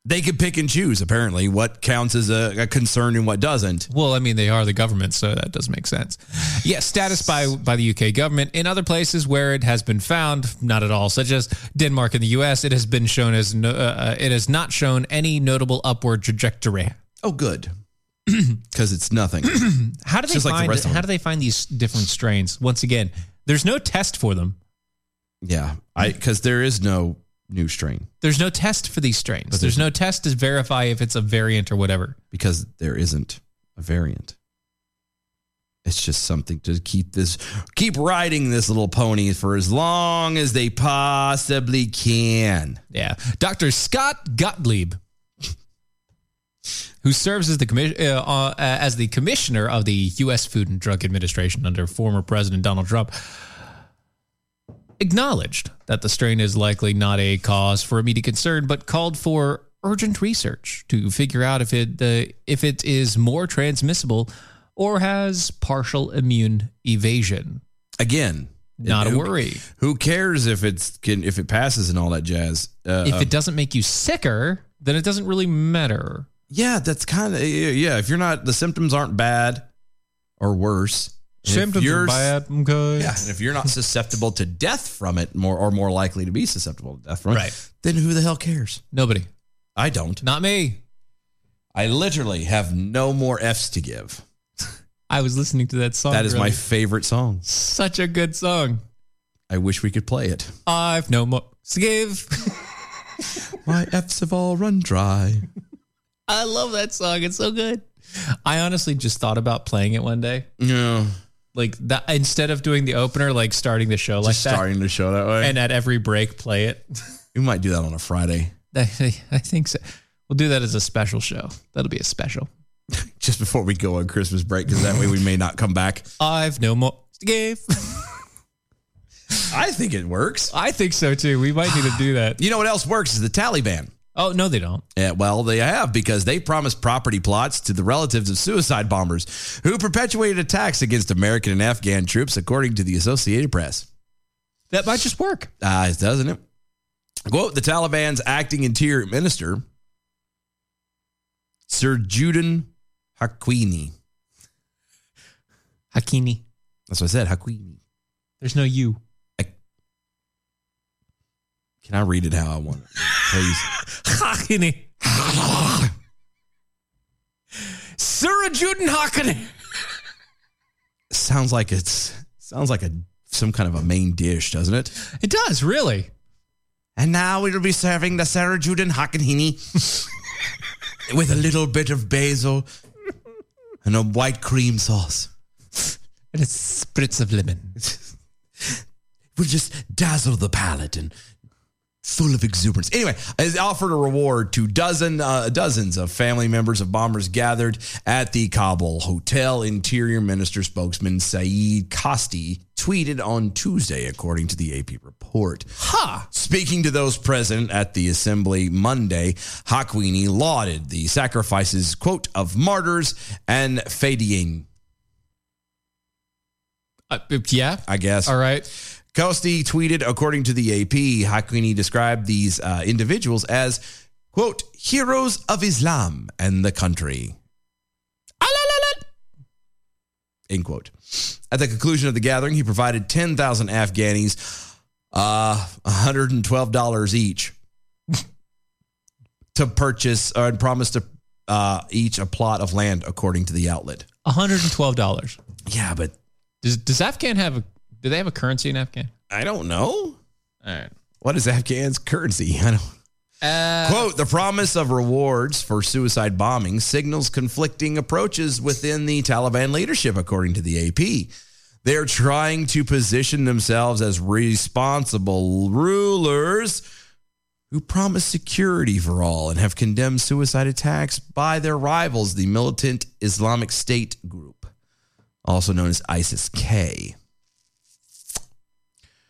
They could pick and choose, apparently, what counts as a, a concern and what doesn't. Well, I mean, they are the government, so that does make sense. Yes, status by by the UK government. In other places where it has been found, not at all, such as Denmark and the US, it has been shown as no, uh, it has not shown any notable upward trajectory. Oh, good. Because it's nothing. How do they Just like the find rest of how them. do they find these different strains? Once again, there's no test for them. yeah. I Because there is no new strain There's no test for these strains. But there's- There's, no test to verify if it's a variant or whatever. because there isn't a variant. It's just something to keep this, keep riding this little pony for as long as they possibly can. Yeah. Dr. Scott Gottlieb, who serves as the commi- uh, uh, as the commissioner of the U.S. Food and Drug Administration under former President Donald Trump, acknowledged that the strain is likely not a cause for immediate concern, but called for urgent research to figure out if it uh, if it is more transmissible or has partial immune evasion. Again, Not a who- worry. Who cares if it's can if it passes and all that jazz? Uh, if it doesn't make you sicker, then it doesn't really matter. yeah, that's kind of yeah. If you're not, the symptoms aren't bad or worse. And if you're- Okay. Yeah, and if you're not susceptible to death from it, more or more likely to be susceptible to death from Right. it, then who the hell cares? Nobody. I don't. Not me. I literally have no more F's to give. I was listening to that song. That is my earlier. favorite song. Such a good song. I wish we could play it. I've no more to give. My F's have all run dry. I love that song. It's so good. I honestly just thought about playing it one day. Yeah. Like that instead of doing the opener, like starting the show like Just that. starting the show that way. And at every break play it. We might do that on a Friday. I think so. We'll do that as a special show. That'll be a special. Just before we go on Christmas break, because that way we may not come back. I've no more to give. I think it works. I think so too. We might need to do that. You know what else works is the Taliban. Oh no, they don't. Yeah, Eh, well, they have because they promised property plots to the relatives of suicide bombers who perpetuated attacks against American and Afghan troops, according to the Associated Press. That might just work. Uh, doesn't it? Quote The Taliban's acting interior minister, Sir Judin Hakwini. Hakini. That's what I said, Hakwini. There's no you. Can I read it how I want it? Please. Hakini. Sarah Juden Hakini. sounds like it's sounds like a some kind of a main dish, doesn't it? It does, really. And now it'll be serving the Sarah Juden Hakanhini with a little bit of basil and a white cream sauce. And a spritz of lemon. We'll just dazzle the palate and full of exuberance. Anyway, has offered a reward to dozen uh, dozens of family members of bombers gathered at the Kabul hotel. Interior Minister spokesman Saeed Kosti tweeted on Tuesday, according to the AP report. Ha! Speaking to those present at the assembly Monday, Hakwini lauded the sacrifices, quote, of martyrs and Fadiyeen. Uh, yeah. I guess. All right. Kosti tweeted, according to the AP, Hakwini described these uh, individuals as, quote, heroes of Islam and the country. End quote. At the conclusion of the gathering, he provided 10,000 Afghanis uh, $112 each to purchase uh, and promised to uh, each a plot of land, according to the outlet. $112. Yeah, but does, does Afghan have a do they have a currency in Afghan? I don't know. All right. What is Afghan's currency? I don't. Uh, Quote, the promise of rewards for suicide bombing signals conflicting approaches within the Taliban leadership, according to the AP. They're trying to position themselves as responsible rulers who promise security for all and have condemned suicide attacks by their rivals, the militant Islamic State group, also known as ISIS K.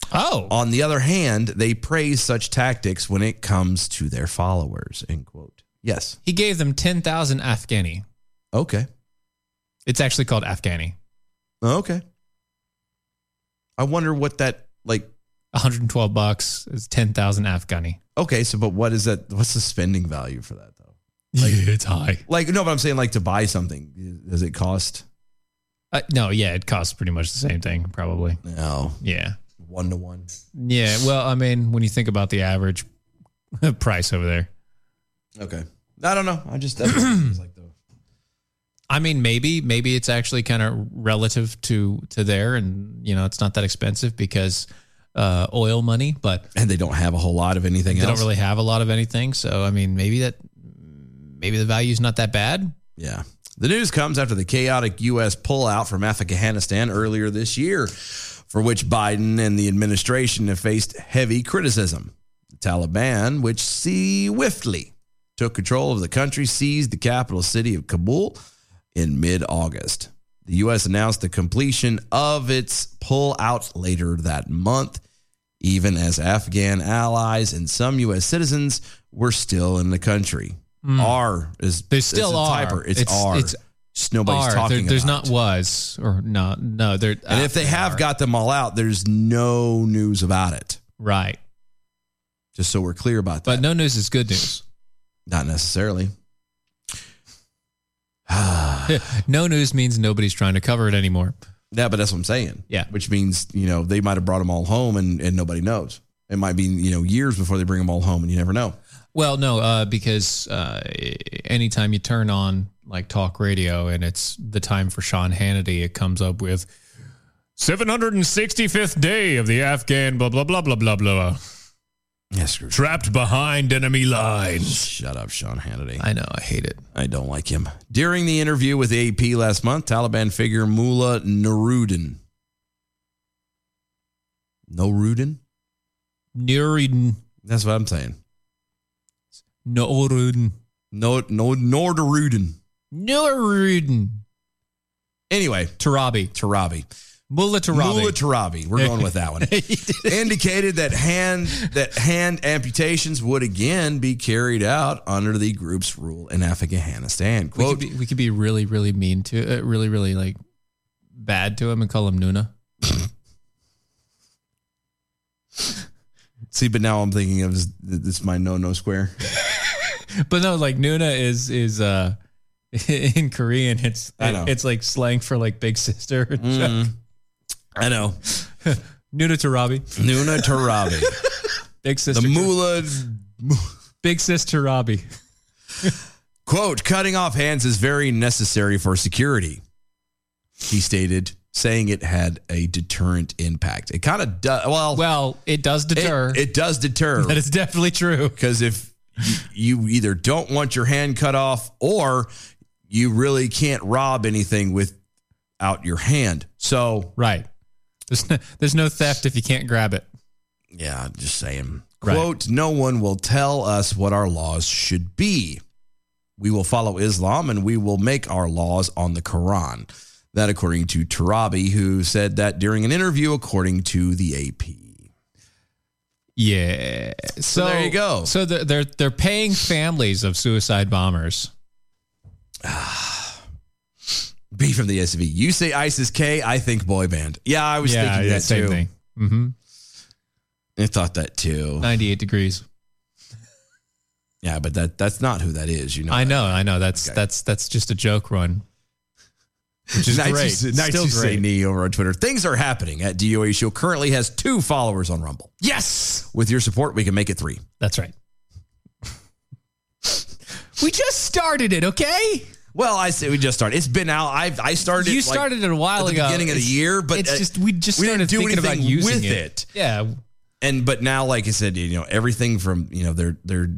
Oh. On the other hand, they praise such tactics when it comes to their followers. End quote. Yes. He gave them 10,000 Afghani. Okay. It's actually called Afghani. Oh, Okay. I wonder what that like 112 bucks is 10,000 Afghani. Okay, so but what is that? What's the spending value for that though? yeah, it's high. Like no, but I'm saying like to buy something, does it cost? Uh, no, yeah, it costs pretty much the same thing, probably. No. Yeah. One to one. Yeah. Well, I mean, when you think about the average price over there, Okay. I don't know. I just that's what it was like though. I mean, maybe maybe it's actually kind of relative to to there, and you know, it's not that expensive because uh, oil money, but and they don't have a whole lot of anything They else. don't really have a lot of anything, so I mean, maybe that maybe the value's not that bad. Yeah. The news comes after the chaotic U.S. pullout from Afghanistan earlier this year, for which Biden and the administration have faced heavy criticism. The Taliban, which swiftly took control of the country, seized the capital city of Kabul in mid August. The U.S. announced the completion of its pullout later that month, even as Afghan allies and some U.S. citizens were still in the country. Mm. R is They it's still a are. typer. It's, R. It's just nobody's R. There- talking. There's about. not was or no no there. uh, And if they have got them all out, there's no news about it. Right. Just so we're clear about that. But no news is good news. Not necessarily. no news means nobody's trying to cover it anymore. Yeah, but that's what I'm saying. Yeah. Which means, you know, they might have brought them all home and, and nobody knows. It might be, you know, years before they bring them all home and you never know. Well, no, uh, because uh, anytime you turn on like talk radio and it's the time for Sean Hannity, it comes up with 765th day of the Afghan blah blah blah blah blah blah. Yes, trapped behind enemy lines. Shut up, Sean Hannity. I know. I hate it. I don't like him. During the interview with AP last month, Taliban figure Mullah Nuruddin. No Rudin? Nuruddin. That's what I'm saying. No Rudin. No, no, Norderudin. Norderudin. Anyway. Tarabi. Tarabi. Mullah Tarabi. Mullah Tarabi. We're going with that one. indicated that hand that hand amputations would again be carried out under the group's rule in Afghanistan. We could, be, we could be really, really mean to, uh, really, really like bad to him and call him Nuna. See, but now I'm thinking of this, this my no no square. But no, like Nuna is is uh in Korean. It's I know. it's like slang for like big sister. Mm. I know. Nuna Tarabi. Nuna Tarabi. big sister. The Mullah. Big sister Robbie. Quote, cutting off hands is very necessary for security, he stated, saying it had a deterrent impact. It kind of does. Well, well, it does deter. It, does deter. That is definitely true. Because if you, you either don't want your hand cut off or you really can't rob anything without your hand. So, right. There's no, there's no theft if you can't grab it. Yeah, just saying. Quote, no one will tell us what our laws should be. We will follow Islam and we will make our laws on the Quran. That according to Tarabi, who said that during an interview according to the AP. Yeah. So, there you go. So they're they're, they're paying families of suicide bombers. B from the SV. You say ISIS K, I think boy band. Yeah, I was Yeah, thinking yeah, that same too. thing. Mm-hmm. I thought that too. 98 degrees. Yeah, but that that's not who that is, you know. I know, I know. That's that's that's just a joke run. Which is Nice great. You, say- nice Still you say great. knee over on Twitter. Things are happening at DOA Show. Currently has two followers on Rumble. Yes. With your support, we can make it three. That's right. we just started it, okay? Well, I say we just started. It's been out. I I started. You like, started it a while at the ago. Beginning of the It's- year, but it's uh, just- we just started didn't do thinking about anything using with it. it. Yeah. And but now, like I said, you know everything from you know they're they're.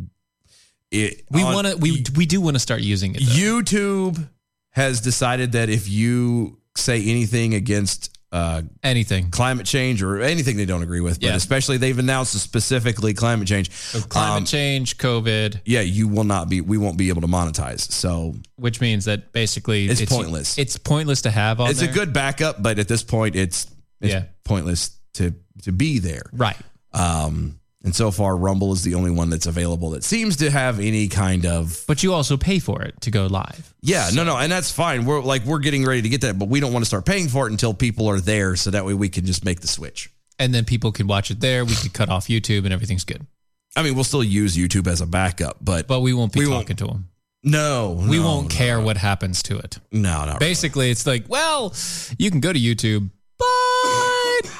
It, We on- want to we we do want to start using it. though. YouTube has decided that if you say anything against uh, anything climate change or anything they don't agree with, but Yeah. especially they've announced specifically climate change. Climate um, change, COVID, yeah, you will not be. We won't be able to monetize. So which means that basically It's pointless. It's pointless to have on it's there. a good backup, but at this point, it's, it's Yeah. pointless to to be there. right. Um, and so far, Rumble is the only one that's available that seems to have any kind of But you also pay for it to go live. yeah, no, no, and that's fine. We're like we're getting ready to get that, but we don't want to start paying for it until people are there, so that way we can just make the switch. And then people can watch it there. We could cut off YouTube and everything's good. I mean, we'll still use YouTube as a backup, but But we won't be We won't- talking to them. no, We no, won't no, care what happens to it. No, not really. Basically, it's like, well, you can go to YouTube, but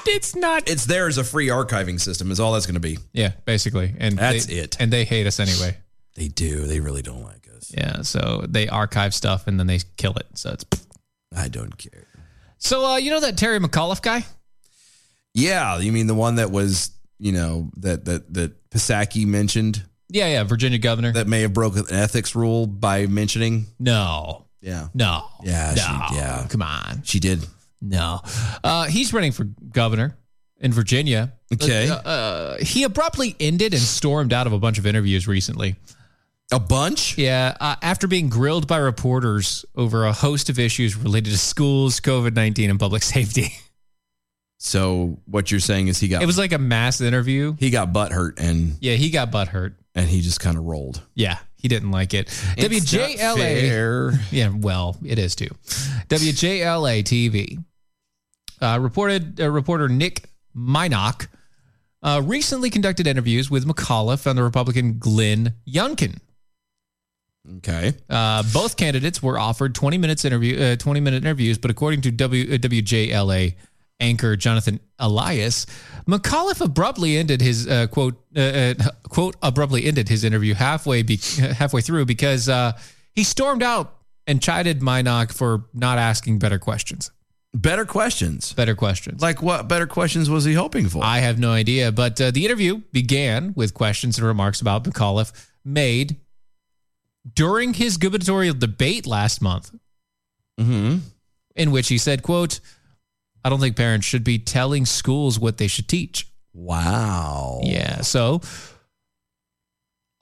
it's not. It's there as a free archiving system. Is all that's going to be. Yeah, basically, and That's they- it. And they hate us anyway. They do. They really don't like us. Yeah, so they archive stuff and then they kill it. So it's I don't care. so uh, you know that Terry McAuliffe guy. Yeah, you mean the one that was, you know, that that that Pisaki mentioned Yeah, yeah, Virginia governor. that may have broken an ethics rule by mentioning. no, Yeah, no, Yeah, she- no, yeah. Come on, she did. no. Uh, he's running for governor in Virginia. Okay. Uh, uh, he abruptly ended and stormed out of a bunch of interviews recently. A bunch. Yeah, uh, after being grilled by reporters over a host of issues related to schools, COVID 19, and public safety. So what you're saying is he got It was like a mass interview. he got butt hurt and Yeah, he got butthurt. and he just kind of rolled. Yeah, he didn't like it. WJLA. Yeah, well, it is too. WJLA TV uh, reported uh, reporter Nick Minock uh, recently conducted interviews with McAuliffe and the Republican Glenn Youngkin. Okay. Uh, both candidates were offered 20 minutes interview, uh, 20 minute interviews, but according to w, uh, WJLA anchor Jonathan Elias, McAuliffe abruptly ended his uh, quote uh, uh, quote abruptly ended his interview halfway be, halfway through because uh, he stormed out and chided Minock for not asking better questions. Better questions. Better questions. Like what better questions was he hoping for? I have no idea. But uh, the interview began with questions and remarks about McAuliffe made during his gubernatorial debate last month, Mm-hmm. in which he said, "quote I don't think parents should be telling schools what they should teach." Wow. Yeah. So,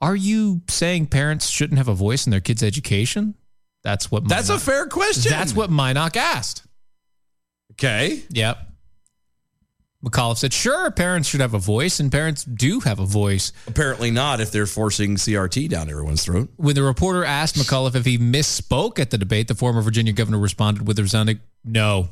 are you saying parents shouldn't have a voice in their kids' education? That's what. That's a Minock- fair question. That's what Minock asked. Okay. Yep. McAuliffe said, sure, parents should have a voice, and parents do have a voice. Apparently not if they're forcing CRT down everyone's throat. When the reporter asked McAuliffe if he misspoke at the debate, the former Virginia governor responded with a resounding no.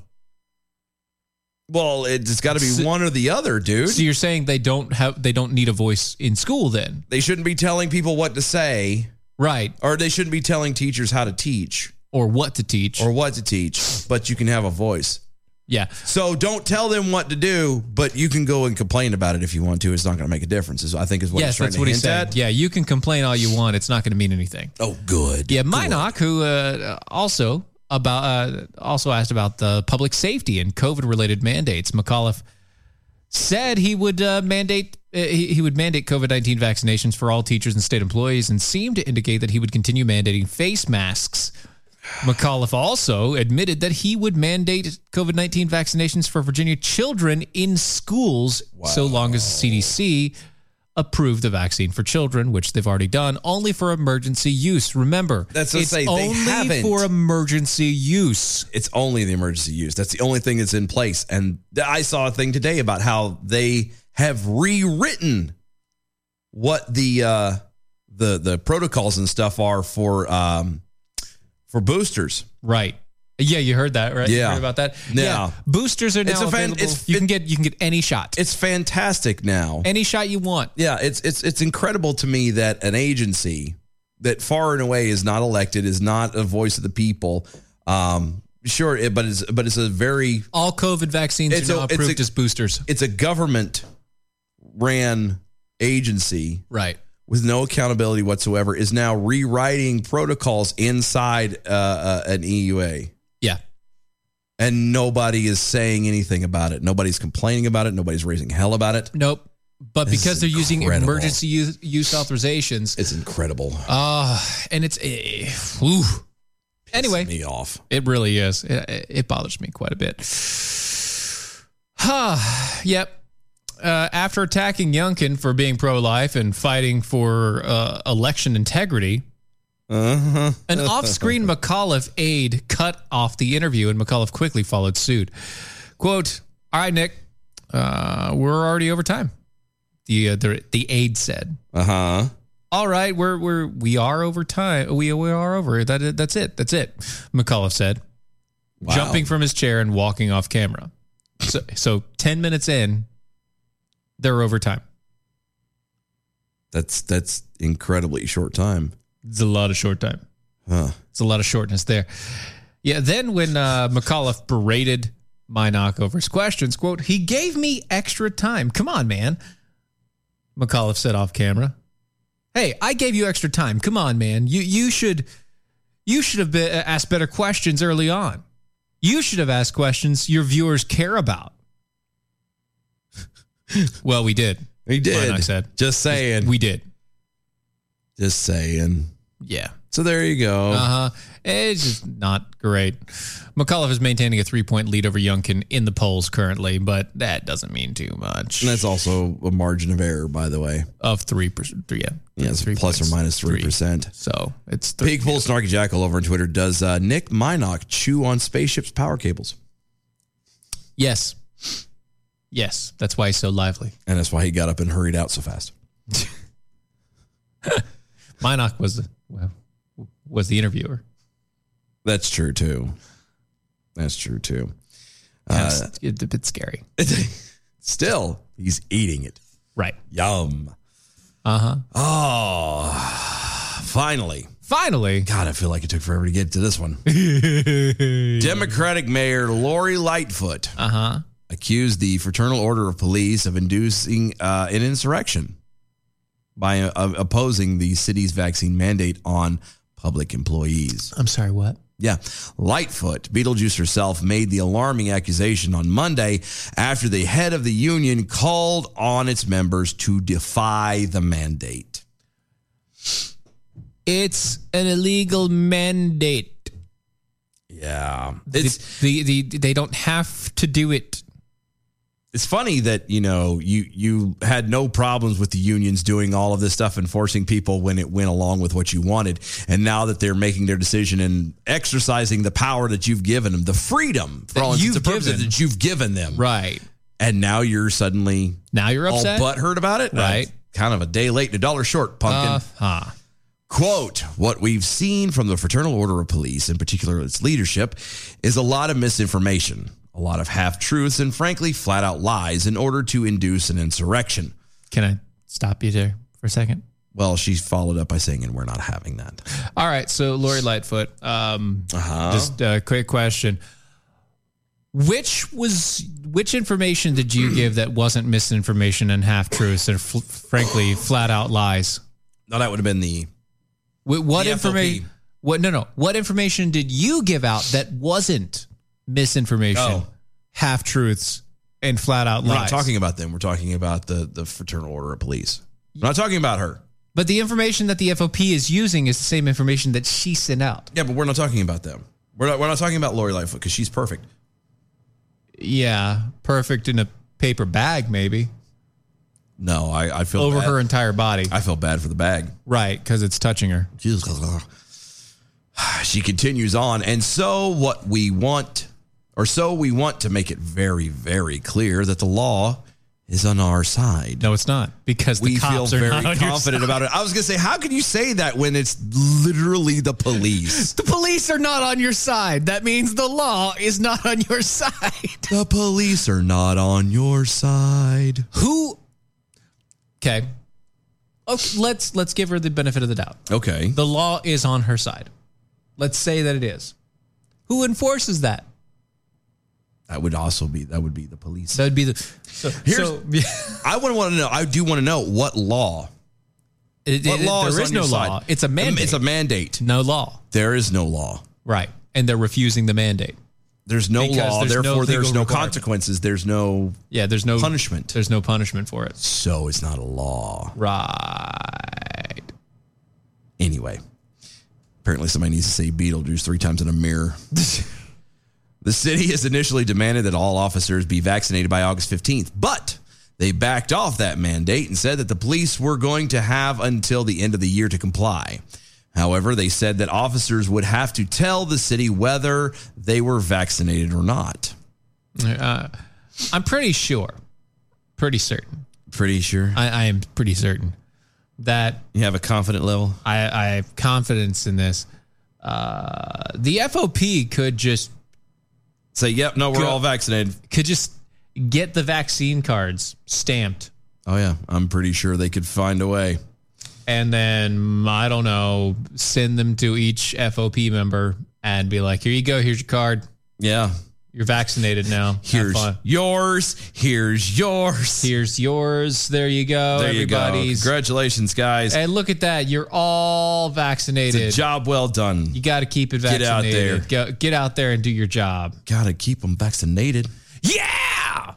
Well, it's got to be one or the other, dude. So you're saying they don't have they don't need a voice in school then? They shouldn't be telling people what to say. Right. Or they shouldn't be telling teachers how to teach or what to teach or what to teach, but you can have a voice. Yeah. So don't tell them what to do, but you can go and complain about it if you want to. It's not going to make a difference. Is I think is what he's yes, trying that's to what he hint said. at. Yeah, you can complain all you want; it's not going to mean anything. Oh, good. Yeah, Minock, who uh, also about uh, also asked about the public safety and COVID-related mandates. McAuliffe said he would uh, mandate uh, he, he would mandate COVID nineteen vaccinations for all teachers and state employees, and seemed to indicate that he would continue mandating face masks. McAuliffe also admitted that he would mandate COVID 19 vaccinations for Virginia children in schools so long as the CDC approved the vaccine for children, which they've already done, only for emergency use. Remember, That's what I say. They haven't. for emergency use. It's only the emergency use. That's the only thing that's in place. And th- I saw a thing today about how they have rewritten what the uh, the the protocols and stuff are for um, for boosters. Right. Yeah, you heard that, right? You Yeah. heard about that. Yeah. boosters are now It's a fan- available. it's- you can get you can get any shot, It's fantastic now. any shot you want. Yeah, it's it's it's incredible to me that an agency that far and away is not elected is not a voice of the people. Um, sure, it, but it's but it's a very All COVID vaccines It's are a- now it's approved a- as boosters. it's a government ran agency, right? With no accountability whatsoever, is now rewriting protocols inside uh, uh, an EUA. Yeah. and nobody is saying anything about it. Nobody's complaining about it. Nobody's raising hell about it. Nope. But This because is they're using incredible. emergency use, use authorizations, it's incredible. Uh, and it's eh, whew. anyway me off. It really is. It, it bothers me quite a bit. Huh. Yep. Uh, after attacking Youngkin for being pro-life and fighting for uh, election integrity, uh-huh. an off-screen McAuliffe aide cut off the interview, and McAuliffe quickly followed suit. "Quote: All right, Nick, uh, we're already over time." The uh, the the aide said. Uh huh. All right, we're we're we are over time. We we are over. That that's it. That's it. McAuliffe said, jumping from his chair and walking off camera. So so ten minutes in, they're over time. That's that's incredibly short time. It's a lot of short time. Huh. It's a lot of shortness there. Yeah. Then when uh, McAuliffe berated Minock over his questions, quote, he gave me extra time. Come on, man. McAuliffe said off camera, "Hey, I gave you extra time. Come on, man. You you should you should have been, asked better questions early on. You should have asked questions your viewers care about." well, we did. We did. Minock said. Just saying. We did. Just saying. Yeah. So there you go. Uh huh. It's just not great. McAuliffe is maintaining a three point lead over Youngkin in the polls currently, but that doesn't mean too much. And that's also a margin of error, by the way. Of three percent, yeah, yeah, it's plus or minus three percent. So it's Pig Bull Snarky Jackal over on Twitter. Does uh, Nick Minock chew on spaceship's power cables? Yes. Yes. That's why he's so lively. And that's why he got up and hurried out so fast. Minock was the, well, was the interviewer. That's true too. That's true too. Uh, Yes, it's a bit scary. Still, he's eating it. Right. Yum. Uh Uh-huh. huh. Oh, finally. Finally. God, I feel like it took forever to get to this one. Democratic Mayor Lori Lightfoot uh-huh. accused the Fraternal Order of Police of inducing uh, an insurrection by uh, opposing the city's vaccine mandate on public employees. I'm sorry, what? Yeah. Lightfoot, Beetlejuice herself, made the alarming accusation on Monday after the head of the union called on its members to defy the mandate. It's an illegal mandate. Yeah. It's the, the, they don't have to do it. It's funny that, you know, you you had no problems with the unions doing all of this stuff and forcing people when it went along with what you wanted. And now that they're making their decision and exercising the power that you've given them, the freedom for all intents and purposes that you've given them. Right. And now you're suddenly now you're upset? all butthurt about it. Right. Uh, kind of a day late and a dollar short, pumpkin. Uh-huh. Quote, what we've seen from the Fraternal Order of Police, in particular its leadership, is a lot of misinformation, a lot of half truths, and frankly, flat out lies in order to induce an insurrection. Can I stop you there for a second? Well, she followed up by saying, and we're not having that. All right, so Lori Lightfoot, um, Uh-huh. just a quick question: which was which information did you give that wasn't misinformation and half truths and fl- frankly flat out lies? No, that would have been the what, what the information? FLP. What no no? What information did you give out that wasn't misinformation, Oh. half truths, and flat out We're not lies? talking about them. We're talking about the, the Fraternal Order of Police. We're not talking about her. but the information that the FOP is using is the same information that she sent out. Yeah, but we're not talking about them. We're not, we're not talking about Lori Lightfoot because she's perfect. Yeah, perfect in a paper bag, maybe. No, I, I feel over bad. her entire body. I feel bad for the bag. Right, because it's touching her. She continues on, and so what we want, or so we want to make it very, very clear that the law is on our side. No, it's not because the we cops feel are very not on your confident about it. side. I was going to say, how can you say that when it's literally the police? The police are not on your side. That means the law is not on your side. The police are not on your side. Who? Okay. Okay, let's let's give her the benefit of the doubt. Okay. The law is on her side. Let's say that it is. Who enforces that? That would also be that would be the police. That would be the. So, Here's, so- I would want to know. I do want to know what law. It- it- there is no law. It's a mandate. It's a mandate. No law. There is no law. Right, and they're refusing the mandate. There's no Because law. there's no therefore, there's legal no regard. consequences. There's no. Yeah, there's no punishment. There's no punishment for it. So it's not a law. Right. Anyway, apparently somebody needs to say Beetlejuice three times in a mirror. the city has initially demanded that all officers be vaccinated by August 15th, but they backed off that mandate and said that the police were going to have until the end of the year to comply. However, they said that officers would have to tell the city whether they were vaccinated or not. Uh, I'm pretty sure, pretty certain, pretty sure. I, I am pretty certain that you have a confident level. I, I have confidence in this. Uh, the FOP could just say, "Yep, no, we're all vaccinated." Could just get the vaccine cards stamped, Oh, yeah. I'm pretty sure they could find a way. and then I don't know, send them to each FOP member and be like, "Here you go. Here's your card. Yeah, you're vaccinated now. Have Here's fun." yours. Here's yours. Here's yours. There you go. There you go. everybody's. Congratulations, guys. And look at that. You're all vaccinated. It's a job well done. You got to keep it Get out vaccinated. Get out there. Go, get out there and do your job. Got to keep them vaccinated. Yeah.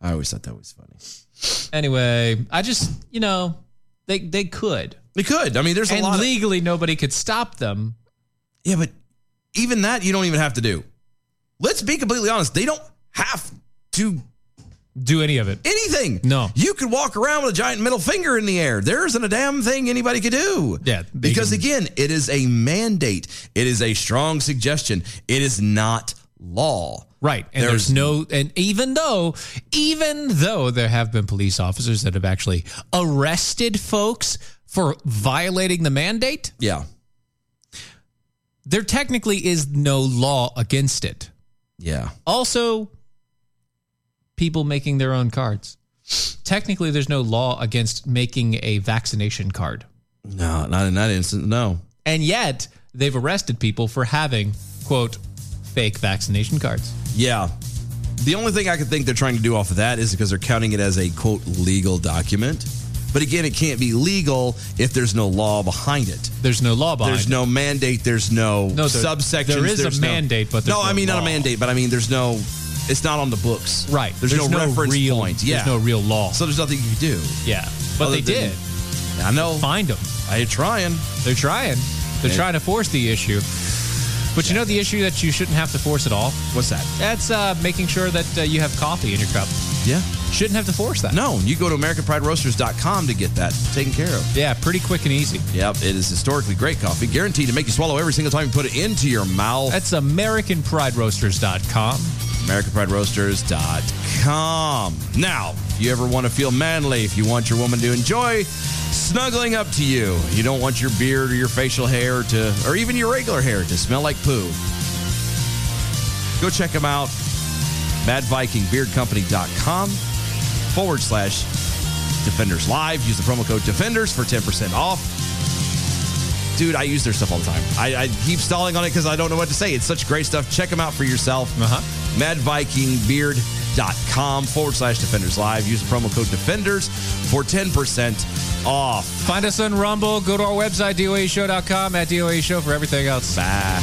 I always thought that was funny. Anyway, I just, you know, they they could. They could. I mean, there's a and lot of- legally nobody could stop them. Yeah, but even that you don't even have to do. Let's be completely honest. They don't have to do any of it. Anything. No. You could walk around with a giant middle finger in the air. There isn't a damn thing anybody could do. Yeah. they Because can- again, it is a mandate. It is a strong suggestion. It is not law. Right. And there's, no and even though even though there have been police officers that have actually arrested folks for violating the mandate, Yeah. there technically is no law against it. Yeah. Also, people making their own cards. Technically, there's no law against making a vaccination card. No, not in that instance. No. And yet, they've arrested people for having, quote, fake vaccination cards. Yeah. The only thing I could think they're trying to do off of that is because they're counting it as a quote legal document. But again, it can't be legal if there's no law behind it. There's no law behind There's it. no mandate. There's no, No, there- subsections. there is a there's mandate, but there's no, I no mean not law. a mandate, but I mean there's no. It's not on the books. Right. There's, There's no, no reference real- point. there's Yeah. no real law. So there's nothing you can do. Yeah, but Other they than- did. I know. Find them. They're trying. They're trying. They're Yeah. trying to force the issue. But you know the issue that you shouldn't have to force at all. What's that? That's uh, making sure that uh, you have coffee in your cup. Yeah. Shouldn't have to force that. No, you go to AmericanPrideRoasters.com to get that taken care of. Yeah, pretty quick and easy. Yep, it is historically great coffee, guaranteed to make you swallow every single time you put it into your mouth. That's AmericanPrideRoasters.com. AmericanPrideRoasters.com. Now, if you ever want to feel manly, if you want your woman to enjoy snuggling up to you, you don't want your beard or your facial hair to, or even your regular hair to smell like poo, go check them out. MadVikingBeardCompany.com forward slash Defenders Live. Use the promo code Defenders for 10% off. Dude, I use their stuff all the time. I, I keep stalling on it because I don't know what to say. It's such great stuff. Check them out for yourself. Uh-huh. MadVikingBeard.com forward slash Defenders Live. Use the promo code Defenders for 10% off. Find us on Rumble. Go to our website, doashow.com, at doashow for everything else. Bye.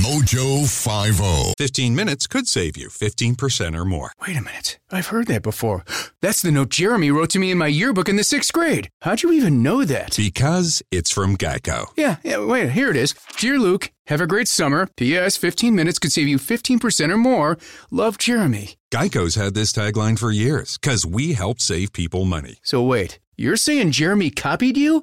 Mojo oh. 50. 15 minutes could save you 15% or more. Wait a minute. I've heard that before. That's the note Jeremy wrote to me in my yearbook in the sixth grade. How'd you even know that? Because it's from Geico. Yeah, yeah, wait, here it is. Dear Luke, have a great summer. P.S. 15 minutes could save you 15% or more. Love, Jeremy. Geico's had this tagline for years because we help save people money. So wait, you're saying Jeremy copied you?